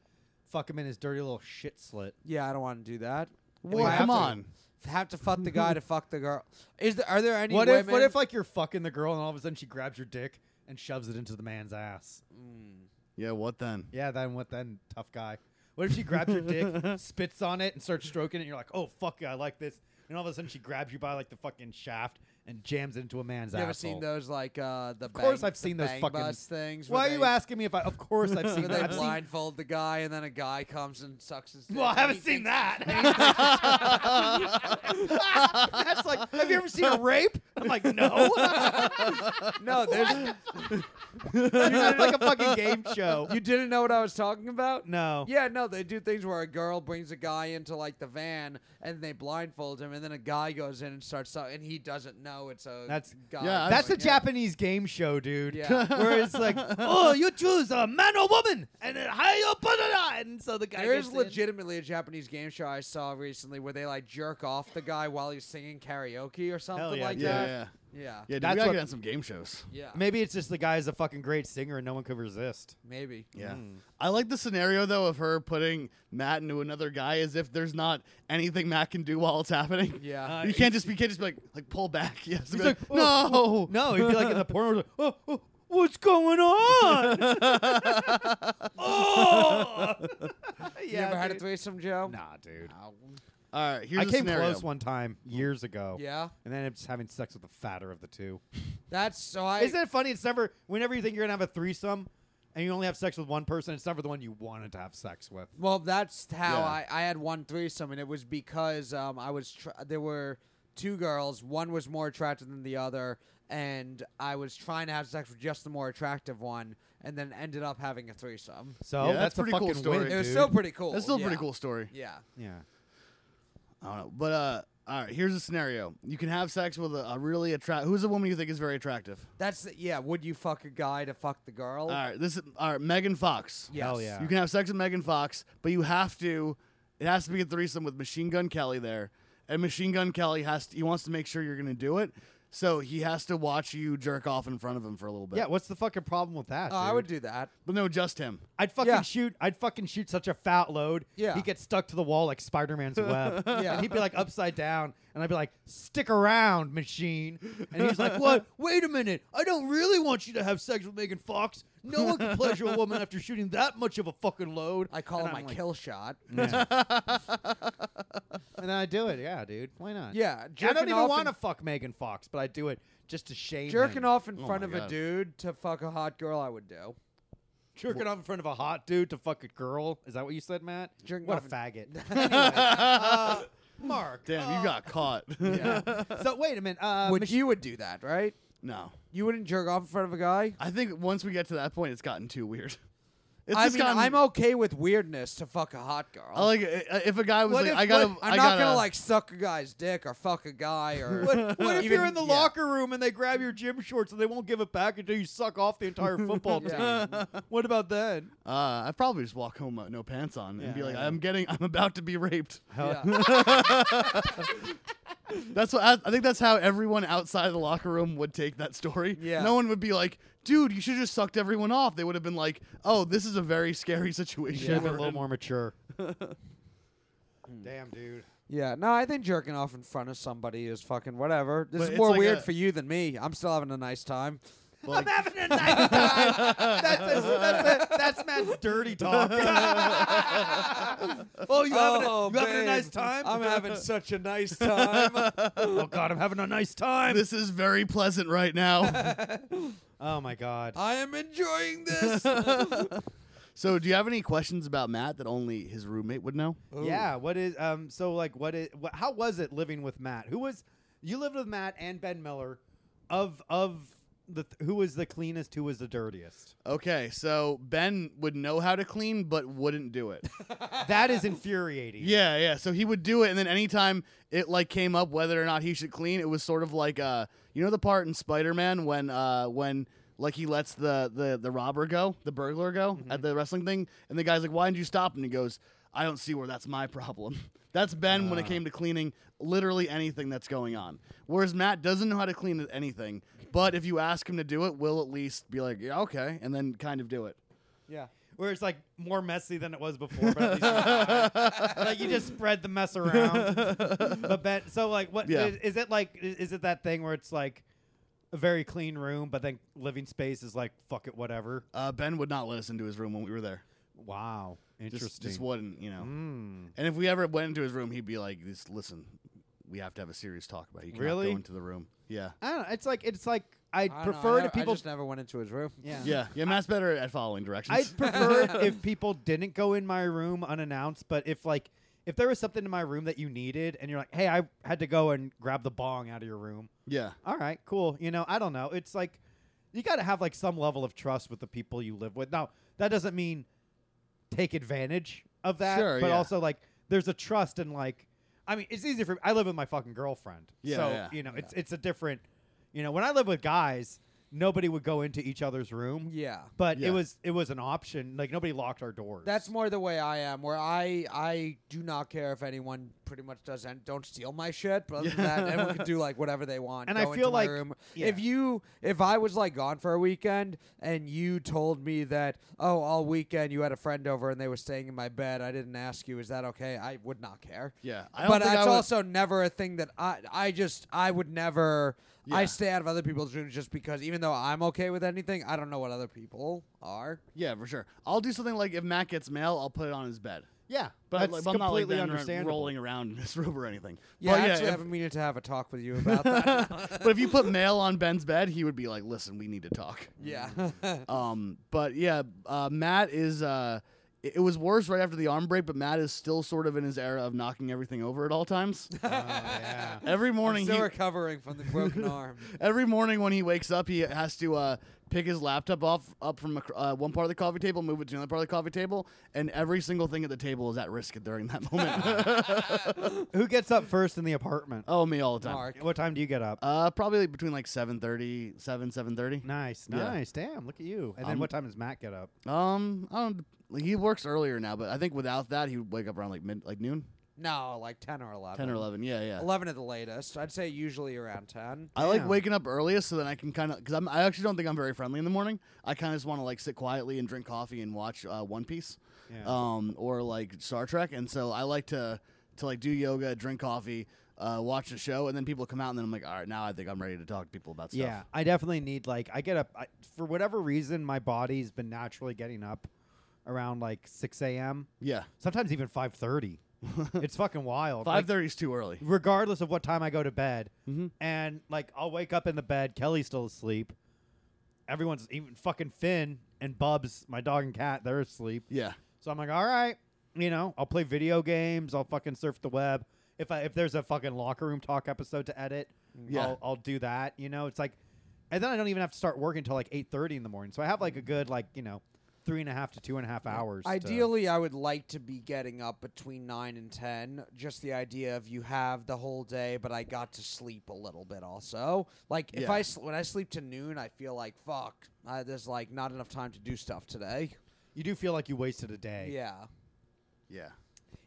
fuck him in his dirty little shit slit?
Yeah, I don't want to do that.
Well,
If I have
come
to-
on.
if I Have to fuck the guy to fuck the girl. Is there? Are there any?
What if what
women-
if like you're fucking the girl and all of a sudden she grabs your dick and shoves it into the man's ass?
Yeah, what then?
Yeah, then what then, tough guy? What if she grabs your dick, spits on it, and starts stroking it? And you're like, oh fuck, yeah, I like this. And all of a sudden she grabs you by like the fucking shaft and jams it into a man's
you
ass.
ever seen those like uh, the?
Of course, I've seen those
bang
fucking
bus things.
Why
where
are you
they-
asking me if I? Of course, I've seen.
Where they
that. I've seen
blindfold the guy and then a guy comes and sucks his. Dick
Well, I
and
haven't
he
seen
thinks-
that. That's like, have you ever seen a rape? I'm like, no.
No, there's.
it's like a fucking game show.
You didn't know what I was talking about?
no.
Yeah, no, they do things where a girl brings a guy into like the van and they blindfold him, and then a guy goes in and starts, su- and he doesn't know. know it's a
That's-
god.
Yeah,
That's a
yeah.
Japanese game show, dude.
Yeah.
Where it's like, oh, you choose a man or woman, and then how you put it on. And so the guy
There is
gets in.
legitimately a Japanese game show I saw recently where they like jerk off the guy while he's singing karaoke or something
yeah.
like
Yeah,
that.
yeah.
Yeah.
Yeah, dude,
That's
we gotta
what-
get on some game shows.
Yeah.
Maybe it's just the guy is a fucking great singer and no one could resist.
Maybe.
Yeah. I like the scenario though of her putting Matt into another guy as if there's not anything Matt can do while it's happening.
Yeah.
Uh,
you can't just be can't just be like like pull back. Yes.
He's
like,
like, "Oh,
no.
No, he'd be like in the porn, like, oh, oh, what's going on? oh!
you ever had a
dude.
threesome, Joe?
Nah, dude.
All right. Here's
I
a
came
scenario.
close one time years ago.
Yeah.
And then I'm just having sex with the fatter of the two.
That's so I.
Isn't it funny? It's never, whenever you think you're going to have a threesome and you only have sex with one person, it's never the one you wanted to have sex with.
Well, that's how
Yeah.
I, I had one threesome, and it was because um, I was tr- there were two girls. One was more attractive than the other, and I was trying to have sex with just the more attractive one, and then ended up having a threesome.
So
Yeah,
that's,
that's
a
pretty
fucking
cool story,
win,
It was
dude.
still pretty cool.
That's still a pretty
Oh, yeah.
cool story.
Yeah.
yeah.
I don't know. But uh all right, here's a scenario. You can have sex with a, a really attract who's a woman you think is very attractive?
That's the, yeah. Would you fuck a guy to fuck the girl?
All right, this is all right, Megan Fox.
Yes.
Uh, Hell yeah.
You can have sex with Megan Fox, but you have to. It has to be a threesome with Machine Gun Kelly there, and Machine Gun Kelly has to, he wants to make sure you're gonna do it, so he has to watch you jerk off in front of him for a little bit.
Yeah, what's the fucking problem with that?
Oh, I
dude?
would do that.
but no, just him.
I'd fucking
Yeah.
shoot. I'd fucking shoot such a fat load.
Yeah.
He gets stuck to the wall like Spider Man's web.
Yeah.
And he'd be like upside down, and I'd be like, "Stick around, machine." And he's like, "What? Wait a minute! I don't really want you to have sex with Megan Fox. No one can pleasure a woman after shooting that much of a fucking load."
I call
And
it my
I'm like,
kill shot.
And then I do it. Yeah, dude. Why not?
Yeah,
I
jerking
don't even
off
want to
in-
fuck Megan Fox, but I do it just to shame.
Jerking
him.
off in
Oh
front
my
of a
God.
dude to fuck a hot girl, I would do.
Jerking off in front of a hot dude to fuck a girl. Is that what you said, Matt?
Jerking
what
off in-
a faggot. uh,
Damn,
Mark.
you got caught.
Yeah.
So wait a minute. Uh,
Would
mach-
you would do that, right?
no,
You wouldn't jerk off in front of a guy.
I think once we get to that point, it's gotten too weird. It's
I
just
mean,
gotten-
I'm okay with weirdness to fuck a hot girl.
I like uh, if a guy was
What
like,
if-
I gotta.
what-
I'm
I
not
gotta,
gonna like suck a guy's dick or fuck a guy or.
What, what if
even-
you're in the
yeah.
locker room and they grab your gym shorts and they won't give it back until you suck off the entire football
Yeah.
team? What about then?
Uh, I'd probably just walk home uh, no pants on
Yeah,
and be like,
yeah.
I'm getting, I'm about to be raped.
Yeah.
That's what I, I think. That's how everyone outside the locker room would take that story.
Yeah.
No one would be like, "Dude, you should just sucked everyone off." They would have been like, "Oh, this is a very scary situation."
Should've been
we're in."
mature. Damn, dude.
Yeah, no, I think jerking off in front of somebody is fucking whatever. This
But
is
it's
more
like
weird
a-
for you than me. I'm still having a nice time.
I'm having a nice time. That's, a, that's, a, that's Matt's dirty talk. oh, you having, a,
Oh,
you having a
babe,
nice time?
I'm having such a nice time.
oh God, I'm having a nice time.
This is very pleasant right now.
Oh my God.
I am enjoying this.
so, do you have any questions about Matt that only his roommate would know?
Yeah. What is um? So like, what is? What, how was it living with Matt? Who was? You lived with Matt and Ben Miller, of of the th- who was the cleanest? Who was the dirtiest?
Okay, so Ben would know how to clean, but wouldn't do it.
That is infuriating.
Yeah, yeah. So he would do it, and then anytime it like came up whether or not he should clean, it was sort of like uh, you know the part in Spider Man when uh when like he lets the the the robber go, the burglar go at the wrestling thing, and the guy's like, "Why didn't you stop him?" And he goes, "I don't see where that's my problem." That's Ben when it came to cleaning literally anything that's going on. Whereas Matt doesn't know how to clean anything, but if you ask him to do it, will at least be like, "Yeah, okay," and then kind of do it.
yeah.
Where it's like more messy than it was before. But at least you tried. like you just spread the mess around. but Ben, so like, what is
Yeah.
is it like? Is, is it that thing where it's like? A very clean room, but then living space is like fuck it, whatever.
Uh, ben would not let us into his room when we were there.
Wow, interesting.
Just, just wouldn't, you know.
Mm.
And if we ever went into his room, he'd be like, "This, listen, we have to have a serious talk about. It. You cannot
Really?
go into the room. Yeah,
I don't know. It's like it's like I'd
I don't know, I
prefer
never-
to people.
I just never went into his room.
yeah, yeah. Matt's better at following directions.
I'd prefer it if people didn't go in my room unannounced, but if like if there was something in my room that you needed and you're like, "Hey, I had to go and grab the bong out of your room."
yeah,
All right, cool. You know, I don't know. It's like you got to have like some level of trust with the people you live with. Now, that doesn't mean take advantage of that,
Sure,
but
yeah.
also like there's a trust in like I mean, it's easier for me. I live with my fucking girlfriend.
Yeah,
so,
yeah,
you know, it's it's a different, you know, when I live with guys, nobody would go into each other's room.
Yeah.
But
Yeah.
it was it was an option. Like nobody locked our doors.
That's more the way I am, where I I do not care if anyone pretty much does and don't steal my shit. But other than that, everyone can do like whatever they want.
And I
go
feel
into my
like-
room.
yeah.
if you if I was like gone for a weekend and you told me that oh all weekend you had a friend over and they were staying in my bed, I didn't ask you. Is that okay? I would not care.
Yeah, I don't
but
think I
that's
would-
also never a thing that I I just I would never.
Yeah.
I stay out of other people's rooms just because, even though I'm okay with anything, I don't know what other people are.
Yeah, for sure. I'll do something like if Matt gets mail, I'll put it on his bed.
yeah.
But
that's
I'm, like, I'm not like
completely
then
understandable.
rolling around in this room or anything.
Yeah,
but,
actually,
yeah,
I've
if,
been meaning to have a talk with you about that.
but if you put mail on Ben's bed, he would be like, "Listen, we need to talk."
yeah.
Um, but yeah, uh, Matt is. Uh, it it was worse right after the arm break, but Matt is still sort of in his era of knocking everything over at all times.
Oh, yeah.
Every
I'm
morning,
still
he,
recovering from the broken arm.
every morning when he wakes up, he has to uh, pick his laptop off up from a, cr- uh, one part of the coffee table, move it to another part of the coffee table, and every single thing at the table is at risk during that moment.
Who gets up first in the apartment?
oh, me all the time.
Mark.
What time do you get up?
Uh, probably between like 7.30, 7, 7.30.
nice,
yeah.
nice. Damn, look at you. And then
Um,
what time does Matt get up?
Um, I don't, like, he works earlier now, but I think without that, he would wake up around like mid, like noon,
No, like 10 or 11.
10 or 11. Yeah, yeah.
11 at the latest. I'd say usually around 10.
I like
Damn.
waking up earliest so then I can kind of, because I'm, I actually don't think I'm very friendly in the morning. I kind of just want to like sit quietly and drink coffee and watch uh, One Piece,
Yeah.
um, or like Star Trek. And so I like to, to like do yoga, drink coffee, uh, watch the show, and then people come out and then I'm like, all right, now I think I'm ready to talk to people about stuff.
Yeah, I definitely need like I get up I, for whatever reason. My body's been naturally getting up around like six a.m.
Yeah.
Sometimes even five thirty. it's fucking wild. Like,
5.30 is too early.
regardless of what time I go to bed, and like I'll wake up in the bed. Kelly's still asleep. Everyone's even fucking Finn and Bubs, my dog and cat. They're asleep.
Yeah.
So I'm like, all right, you know, I'll play video games. I'll fucking surf the web. If I if there's a fucking locker room talk episode to edit,
Yeah.
I'll, I'll do that. You know, it's like, and then I don't even have to start work until like eight thirty in the morning. So I have like a good like you know, three and a half to two and a half hours. to-
Ideally, I would like to be getting up between 9 and 10. Just the idea of you have the whole day, but I got to sleep a little bit also. Like, if
Yeah.
I sl- when I sleep to noon, I feel like, fuck, I, there's like not enough time to do stuff today.
you do feel like you wasted a day.
Yeah.
Yeah.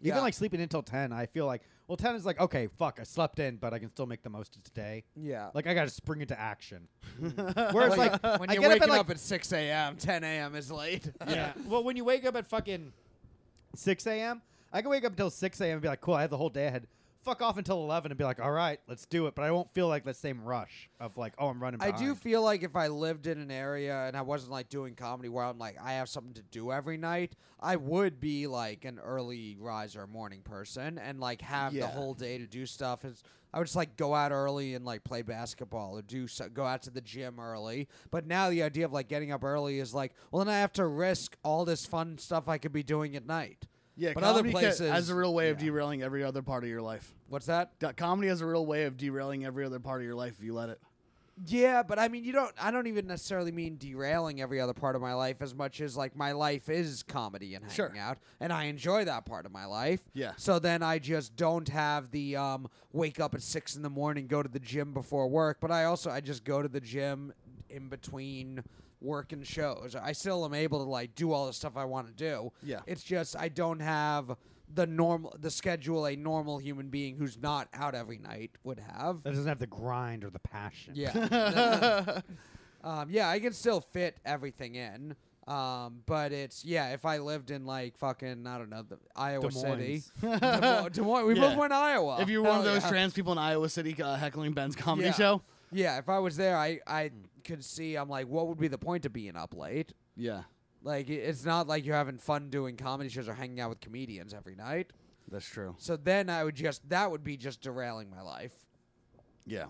Even
yeah.
like sleeping until ten, I feel like well, ten is like okay, fuck, I slept in, but I can still make the most of today.
Yeah.
Like I got to spring into action. Whereas like
when
I
you're
get
waking
up at like
at 6 a.m., 10 a.m. is late.
yeah. Well, when you wake up at fucking 6 a.m., I can wake up until 6 a.m. and be like, cool, I have the whole day ahead. Fuck off until 11 and be like, all right, let's do it. But I won't feel like that same rush of like, oh, I'm running
I
behind.
do feel like if I lived in an area and I wasn't like doing comedy where I'm like I have something to do every night, I would be like an early riser morning person and like have
Yeah.
the whole day to do stuff. It's, I would just like go out early and like play basketball or do so, go out to the gym early. But now the idea of like getting up early is like, well, then I have to risk all this fun stuff I could be doing at night.
Yeah.
but other
comedy ca-
places
Has a real way of
yeah.
derailing every other part of your life.
What's that?
Do- Comedy has a real way of derailing every other part of your life if you let it.
Yeah, but I mean, you don't. I don't even necessarily mean derailing every other part of my life as much as like my life is comedy and hanging
Sure.
out, and I enjoy that part of my life.
Yeah.
So then I just don't have the um, wake up at six in the morning, go to the gym before work. But I also I just go to the gym in between work and shows. I still am able to like do all the stuff I want to do.
Yeah.
It's just I don't have the normal the schedule a normal human being who's not out every night would have.
That doesn't have the grind or the passion.
Yeah. um, yeah, I can still fit everything in. Um, but it's yeah. If I lived in like fucking I don't know the Iowa City,
Moines.
Des Moines, Des Moines. We
Yeah.
both went to Iowa.
If you're one of
Hell
those
yeah.
trans people in Iowa City uh, heckling Ben's comedy
Yeah.
show,
yeah. If I was there, I I
Hmm.
could see. I'm like, what would be the point of being up late?
yeah,
Like, i- it's not like you're having fun doing comedy shows or hanging out with comedians every night.
that's true.
So then I would just that would be just derailing my life.
Yeah,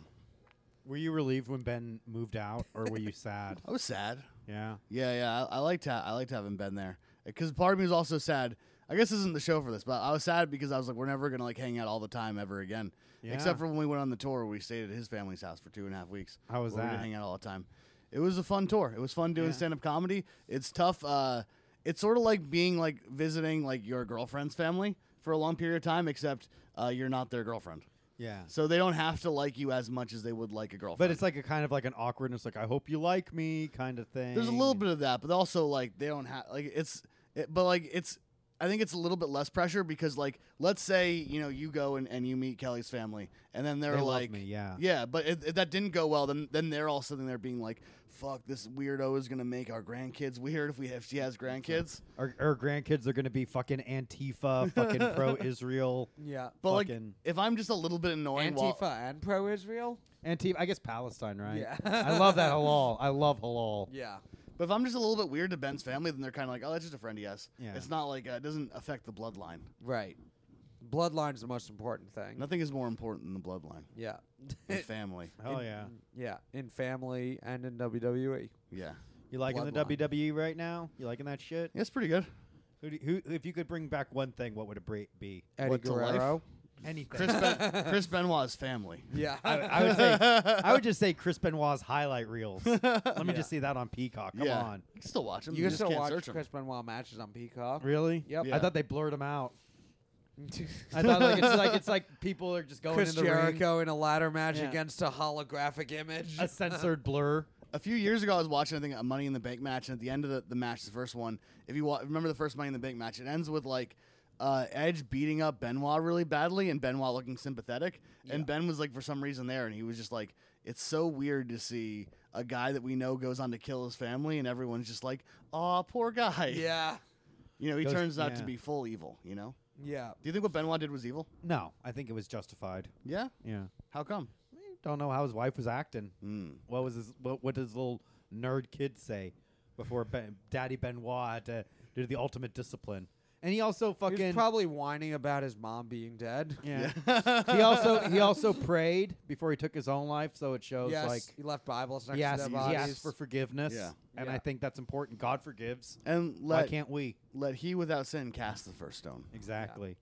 Were you relieved when Ben moved out or were you sad?
I was sad.
Yeah.
Yeah, yeah, I, I liked ha- I liked having Ben there because part of me was also sad. I guess this isn't the show for this, but I was sad because I was like, we're never gonna like hang out all the time ever again,
Yeah.
except for when we went on the tour. We stayed at his family's house for two and a half weeks.
How was
where We
that?
didn't hang out all the time. It was a fun tour. It was fun doing
Yeah.
stand up comedy. It's tough. Uh, it's sort of like being like visiting like your girlfriend's family. for a long period of time, except uh, you're not their girlfriend.
Yeah.
So they don't have to like you as much as they would like a girlfriend.
But it's like a kind of like an awkwardness, like I hope you like me kind of thing.
There's a little bit of that, but also like they don't have like it's, it, but like it's. I think it's a little bit less pressure because like let's say you know you go and, and you meet Kelly's family and then they're
They love
like
me, yeah.
yeah but if, if that didn't go well then then they're all sitting there being like fuck this weirdo is gonna make our grandkids weird if we if she has grandkids
Our, our grandkids are going to be fucking Antifa, fucking pro Israel.
Yeah.
but like
Fucking-
if I'm just a little bit annoying while-
Antifa and pro Israel?
Antifa, I guess Palestine, right?
Yeah.
I love that halal. I love halal.
Yeah.
But if I'm just a little bit weird to Ben's family, then they're kind of like, oh, that's just a friend he has.
Yeah.
It's not like uh, it doesn't affect the bloodline.
Right. Bloodline's the most important thing.
Nothing is more important than the bloodline
Yeah.
and family.
Hell
In-
yeah.
yeah. In family and in E. WWE.
Yeah.
You liking the
Bloodline.
WWE right now? You liking that shit?
Yeah, it's pretty good.
Who, do, who if you could bring back one thing, what would it bra- be?
Eddie
What, to life?
Guerrero.
Anything.
Chris, ben- Chris Benoit's family.
Yeah.
I, I would say I would just say Chris Benoit's highlight reels. Let me
Yeah.
just see that on Peacock. Come
yeah.
on.
You can still watch him.
you
You,
can
just
still
can't
watch
search him.
Chris Benoit matches on Peacock.
Really?
Yep.
Yeah.
I thought they blurred him out. I thought like it's like it's like people are just going
Chris
in the ring.
Jericho in a ladder match
Yeah.
against a holographic image.
A censored blur.
A few years ago, I was watching, I think, a Money in the Bank match, and at the end of the, the match, the first one, if you wa- remember the first Money in the Bank match, it ends with like uh, Edge beating up Benoit really badly and Benoit looking sympathetic. And Ben was like, for some reason, there, and he was just like, it's so weird to see a guy that we know goes on to kill his family, and everyone's just like, aw, poor guy.
yeah.
You know, he
Goes-
turns out to
yeah.
be full evil, you know?
Yeah.
Do you think what Benoit did was evil?
No, I think it was justified.
Yeah.
Yeah.
How come?
Don't know how his wife was acting.
Mm.
What was his what, what does little nerd kid say before ben, Daddy Benoit had to do the ultimate discipline? And he also
He was
fucking
probably whining about his mom being dead.
yeah. he also he also prayed before he took his own life, so it shows
Yes,
like
he left Bibles next
he
to
asked,
their
he
bodies.
asked for forgiveness,
Yeah.
and
Yeah.
I think that's important. God forgives.
And
Why
let,
can't we?
let he without sin cast the first stone.
Exactly.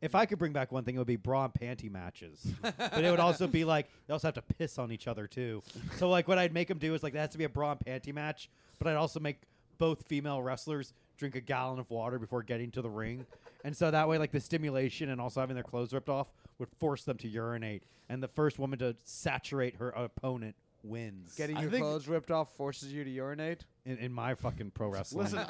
If I could bring back one thing, it would be bra and panty matches. but it would also be like they also have to piss on each other too. So like what I'd make them do is like that has to be a bra and panty match, but I'd also make both female wrestlers drink a gallon of water before getting to the ring. And so that way like the stimulation and also having their clothes ripped off would force them to urinate and the first woman to saturate her opponent wins.
Getting
I
your
think-
clothes ripped off forces you to urinate.
in, in my fucking pro wrestling.
Listen,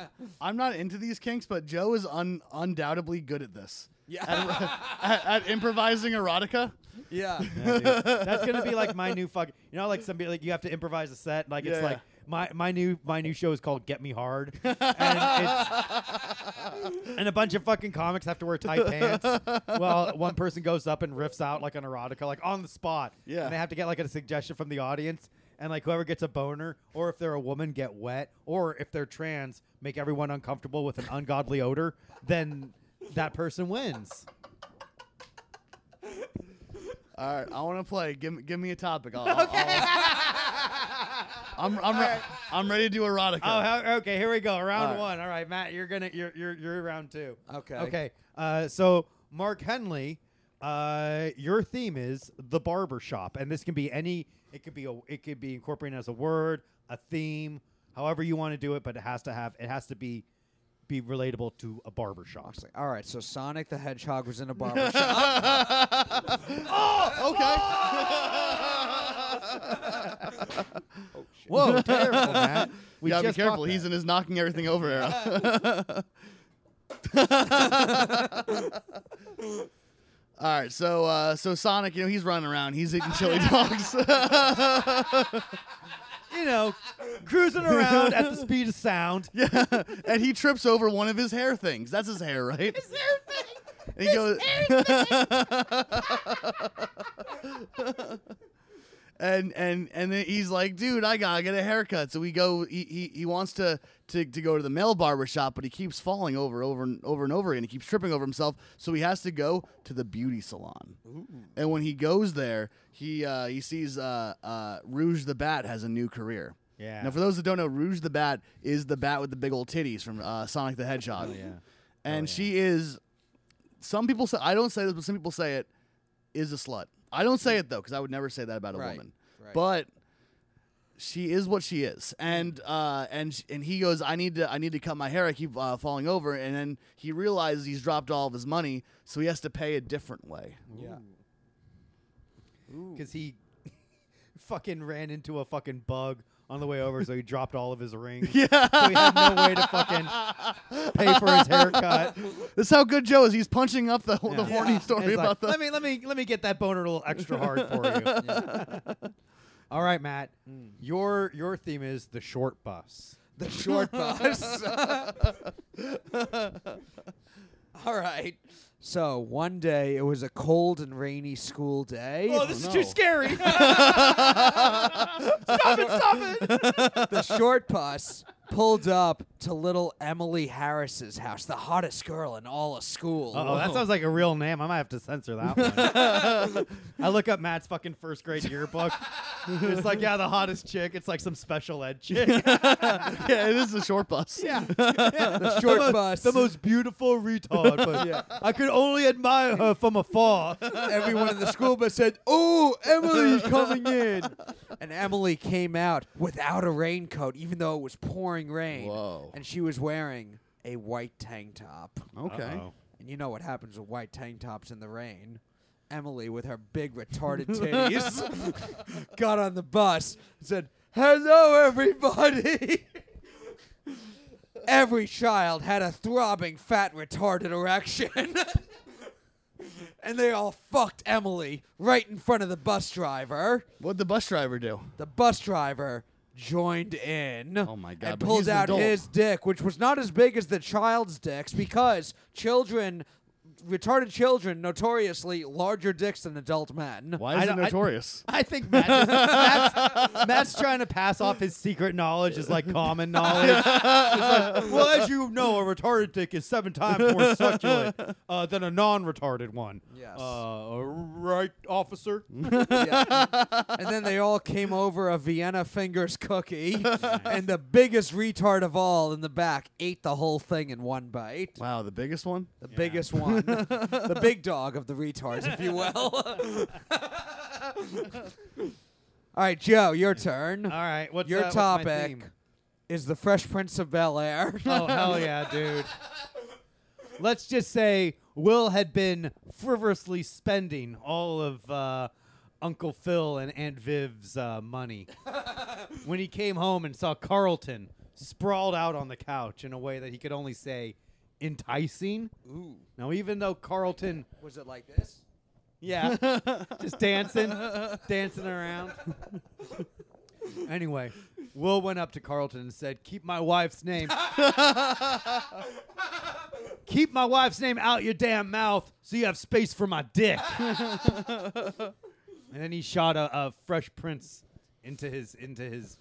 I'm not into these kinks, but Joe is un- undoubtedly good at this.
Yeah.
At, at improvising erotica.
Yeah.
Yeah, dude. That's gonna be like my new fuck. You know, like somebody like you have to improvise a set. Like it's
Yeah.
like my my new my new show is called Get Me Hard, and, it's, and a bunch of fucking comics have to wear tight pants. Well, one person goes up and riffs out like an erotica, like on the spot.
Yeah.
and they have to get like a suggestion from the audience. And like whoever gets a boner, or if they're a woman, get wet, or if they're trans, make everyone uncomfortable with an ungodly odor, then that person wins.
All right, I want to play. Give me, give me a topic. I'll, I'll- I'll, I'm, I'm, re- I'm ready to do erotica.
Oh, how- okay. Here we go. Round
All right.
one. All right, Matt, you're gonna you're you're you're round two.
Okay.
Okay. Uh, so Mark Henley, uh, your theme is the barber shop, and this can be any. It could be a. It could be incorporated as a word, a theme, however you want to do it, but it has to have. It has to be be relatable to a barber shop.
It's like, All right, so Sonic the Hedgehog was in a barbershop.
Oh, Whoa, terrible, Matt.
we gotta be
just bought
careful. He's
that.
in his knocking everything over era. All right, so uh, so Sonic, you know, he's running around. He's eating chili dogs.
you know cruising around at the speed of sound.
Yeah, and he trips over one of his hair things. That's his hair, right? His hair thing. And he goes. and and and then he's like, dude, I gotta get a haircut. So we go. He he, he wants to, to to go to the male barber shop, but he keeps falling over over and over and over, and he keeps tripping over himself. So he has to go to the beauty salon. And when he goes there, he uh, he sees uh, uh, Rouge the Bat has a new career.
Yeah.
Now, for those that don't know, Rouge the Bat is the bat with the big old titties from uh, Sonic the Hedgehog.
yeah.
And she is. Some people say I don't say this, but some people say it is a slut. I don't say it though because I would never say that about a
Right,
woman.
right.
But she is what she is, and uh, and sh- and he goes, I need to I need to cut my hair. I keep uh, falling over, and then he realizes he's dropped all of his money, so he has to pay a different way.
Yeah.
because he fucking ran into a fucking bug on the way over, so he dropped all of his rings. Yeah, so he had no way to fucking pay for his haircut.
This is how good Joe is. He's punching up the
Yeah.
the horny
Yeah.
story
It's like,
about the
Let me let me let me get that boner a little extra hard for you. All right, Matt, your your theme is the short bus.
The short bus. All right. So one day it was a cold and rainy school day.
Oh, this is
no.
too scary. stop it! Stop it!
the short bus pulled up to little Emily Harris's house, the hottest girl in all of school.
Oh, that sounds like a real name. I might have to censor that one. I look up Matt's fucking first grade yearbook. it's like, yeah, the hottest chick. It's like some special ed chick.
yeah. It is the short bus.
yeah.
the short
most-
bus.
The most beautiful retard, but I could only admire her from afar.
Everyone in the school bus said, "Oh, Emily's coming in," and Emily came out without a raincoat, even though it was pouring rain.
Whoa.
And she was wearing a white tank top.
Okay.
And you know what happens with white tank tops in the rain. Emily, with her big retarded titties, got on the bus and said, Hello, everybody! Every child had a throbbing, fat, retarded erection. and they all fucked Emily right in front of the bus driver.
What'd the bus driver do?
The bus driver joined in.
Oh my God,
And
but
pulled
he's an
out
adult.
his dick, which was not as big as the child's dicks, because children, retarded children, notoriously larger dicks than adult men.
Why
I
is it
don't- I-
notorious?
I think Matt just- Matt's, Matt's trying to pass off his secret knowledge as like common knowledge. It's like, well, as you know, a retarded dick is seven times more succulent uh, than a non-retarded one.
Yes.
Oh.
Uh, right, officer.
Yeah. and then they all came over a Vienna fingers cookie, and the biggest retard of all in the back ate the whole thing in one bite.
wow, the biggest one.
The biggest one, the big dog of the retards, if you will. all right, Joe, your turn.
All right. What's
Your
uh, what's my
topic
theme?
is the Fresh Prince of Bel Air.
Oh hell yeah, dude. Let's just say Will had been frivolously spending all of uh, Uncle Phil and Aunt Viv's uh, money when he came home and saw Carlton sprawled out on the couch in a way that he could only say enticing.
Ooh.
Now, even though Carlton,
Was it like this?
yeah, just dancing, dancing around. anyway, Will went up to Carlton and said, "Keep my wife's name. Keep my wife's name out your damn mouth, so you have space for my dick." and then he shot a, a fresh prince into his into his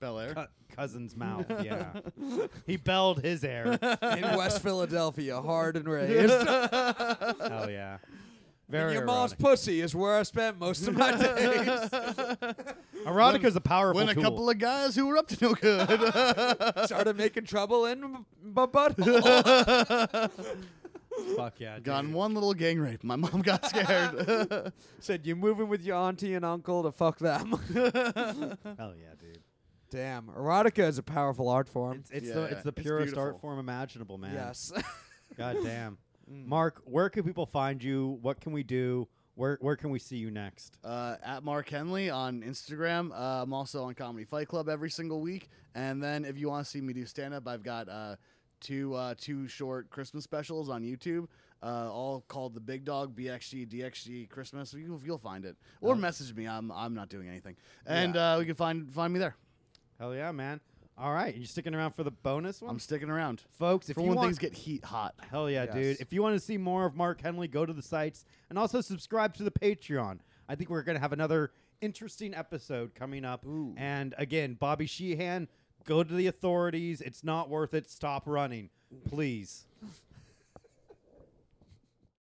Bel Air.
cu- cousin's mouth. Yeah, he belled his air.
In West Philadelphia, hard and raised.
Hell yeah,
And
very
your mom's
erotic.
pussy is where I spent most of my days.
Erotica is a powerful
When a
tool.
couple of guys who were up to no good.
Started making trouble in m- my butthole.
Fuck yeah,
Gone
dude.
one little gang rape. My mom got scared.
Said you're moving with your auntie and uncle to fuck them.
Hell yeah, dude.
Damn, erotica is a powerful art form.
It's, it's
Yeah,
the it's the
it's
purest art
beautiful.
form imaginable, man.
Yes.
God damn.
Mm.
Mark, where can people find you? What can we do? Where where can we see you next?
uh, at Mark Henley on Instagram. Uh, I'm also on Comedy Fight Club every single week. And then if you want to see me do stand up, I've got uh, two uh, two short Christmas specials on YouTube, uh, all called the Big Dog BXG DXG Christmas. You, you'll find it,
Oh.
or message me. I'm I'm not doing anything, and uh, you can find find me there.
Hell yeah, man. All right, you sticking around for the bonus one,
I'm sticking around
folks. If
for
you
when
want,
things get heat hot.
hell yeah,
Yes.
dude. If you want to see more of Mark Henley, go to the sites and also subscribe to the Patreon. I think we're gonna have another interesting episode coming up.
Ooh.
And again, Bobby Sheehan, go to the authorities. It's not worth it. Stop running, please.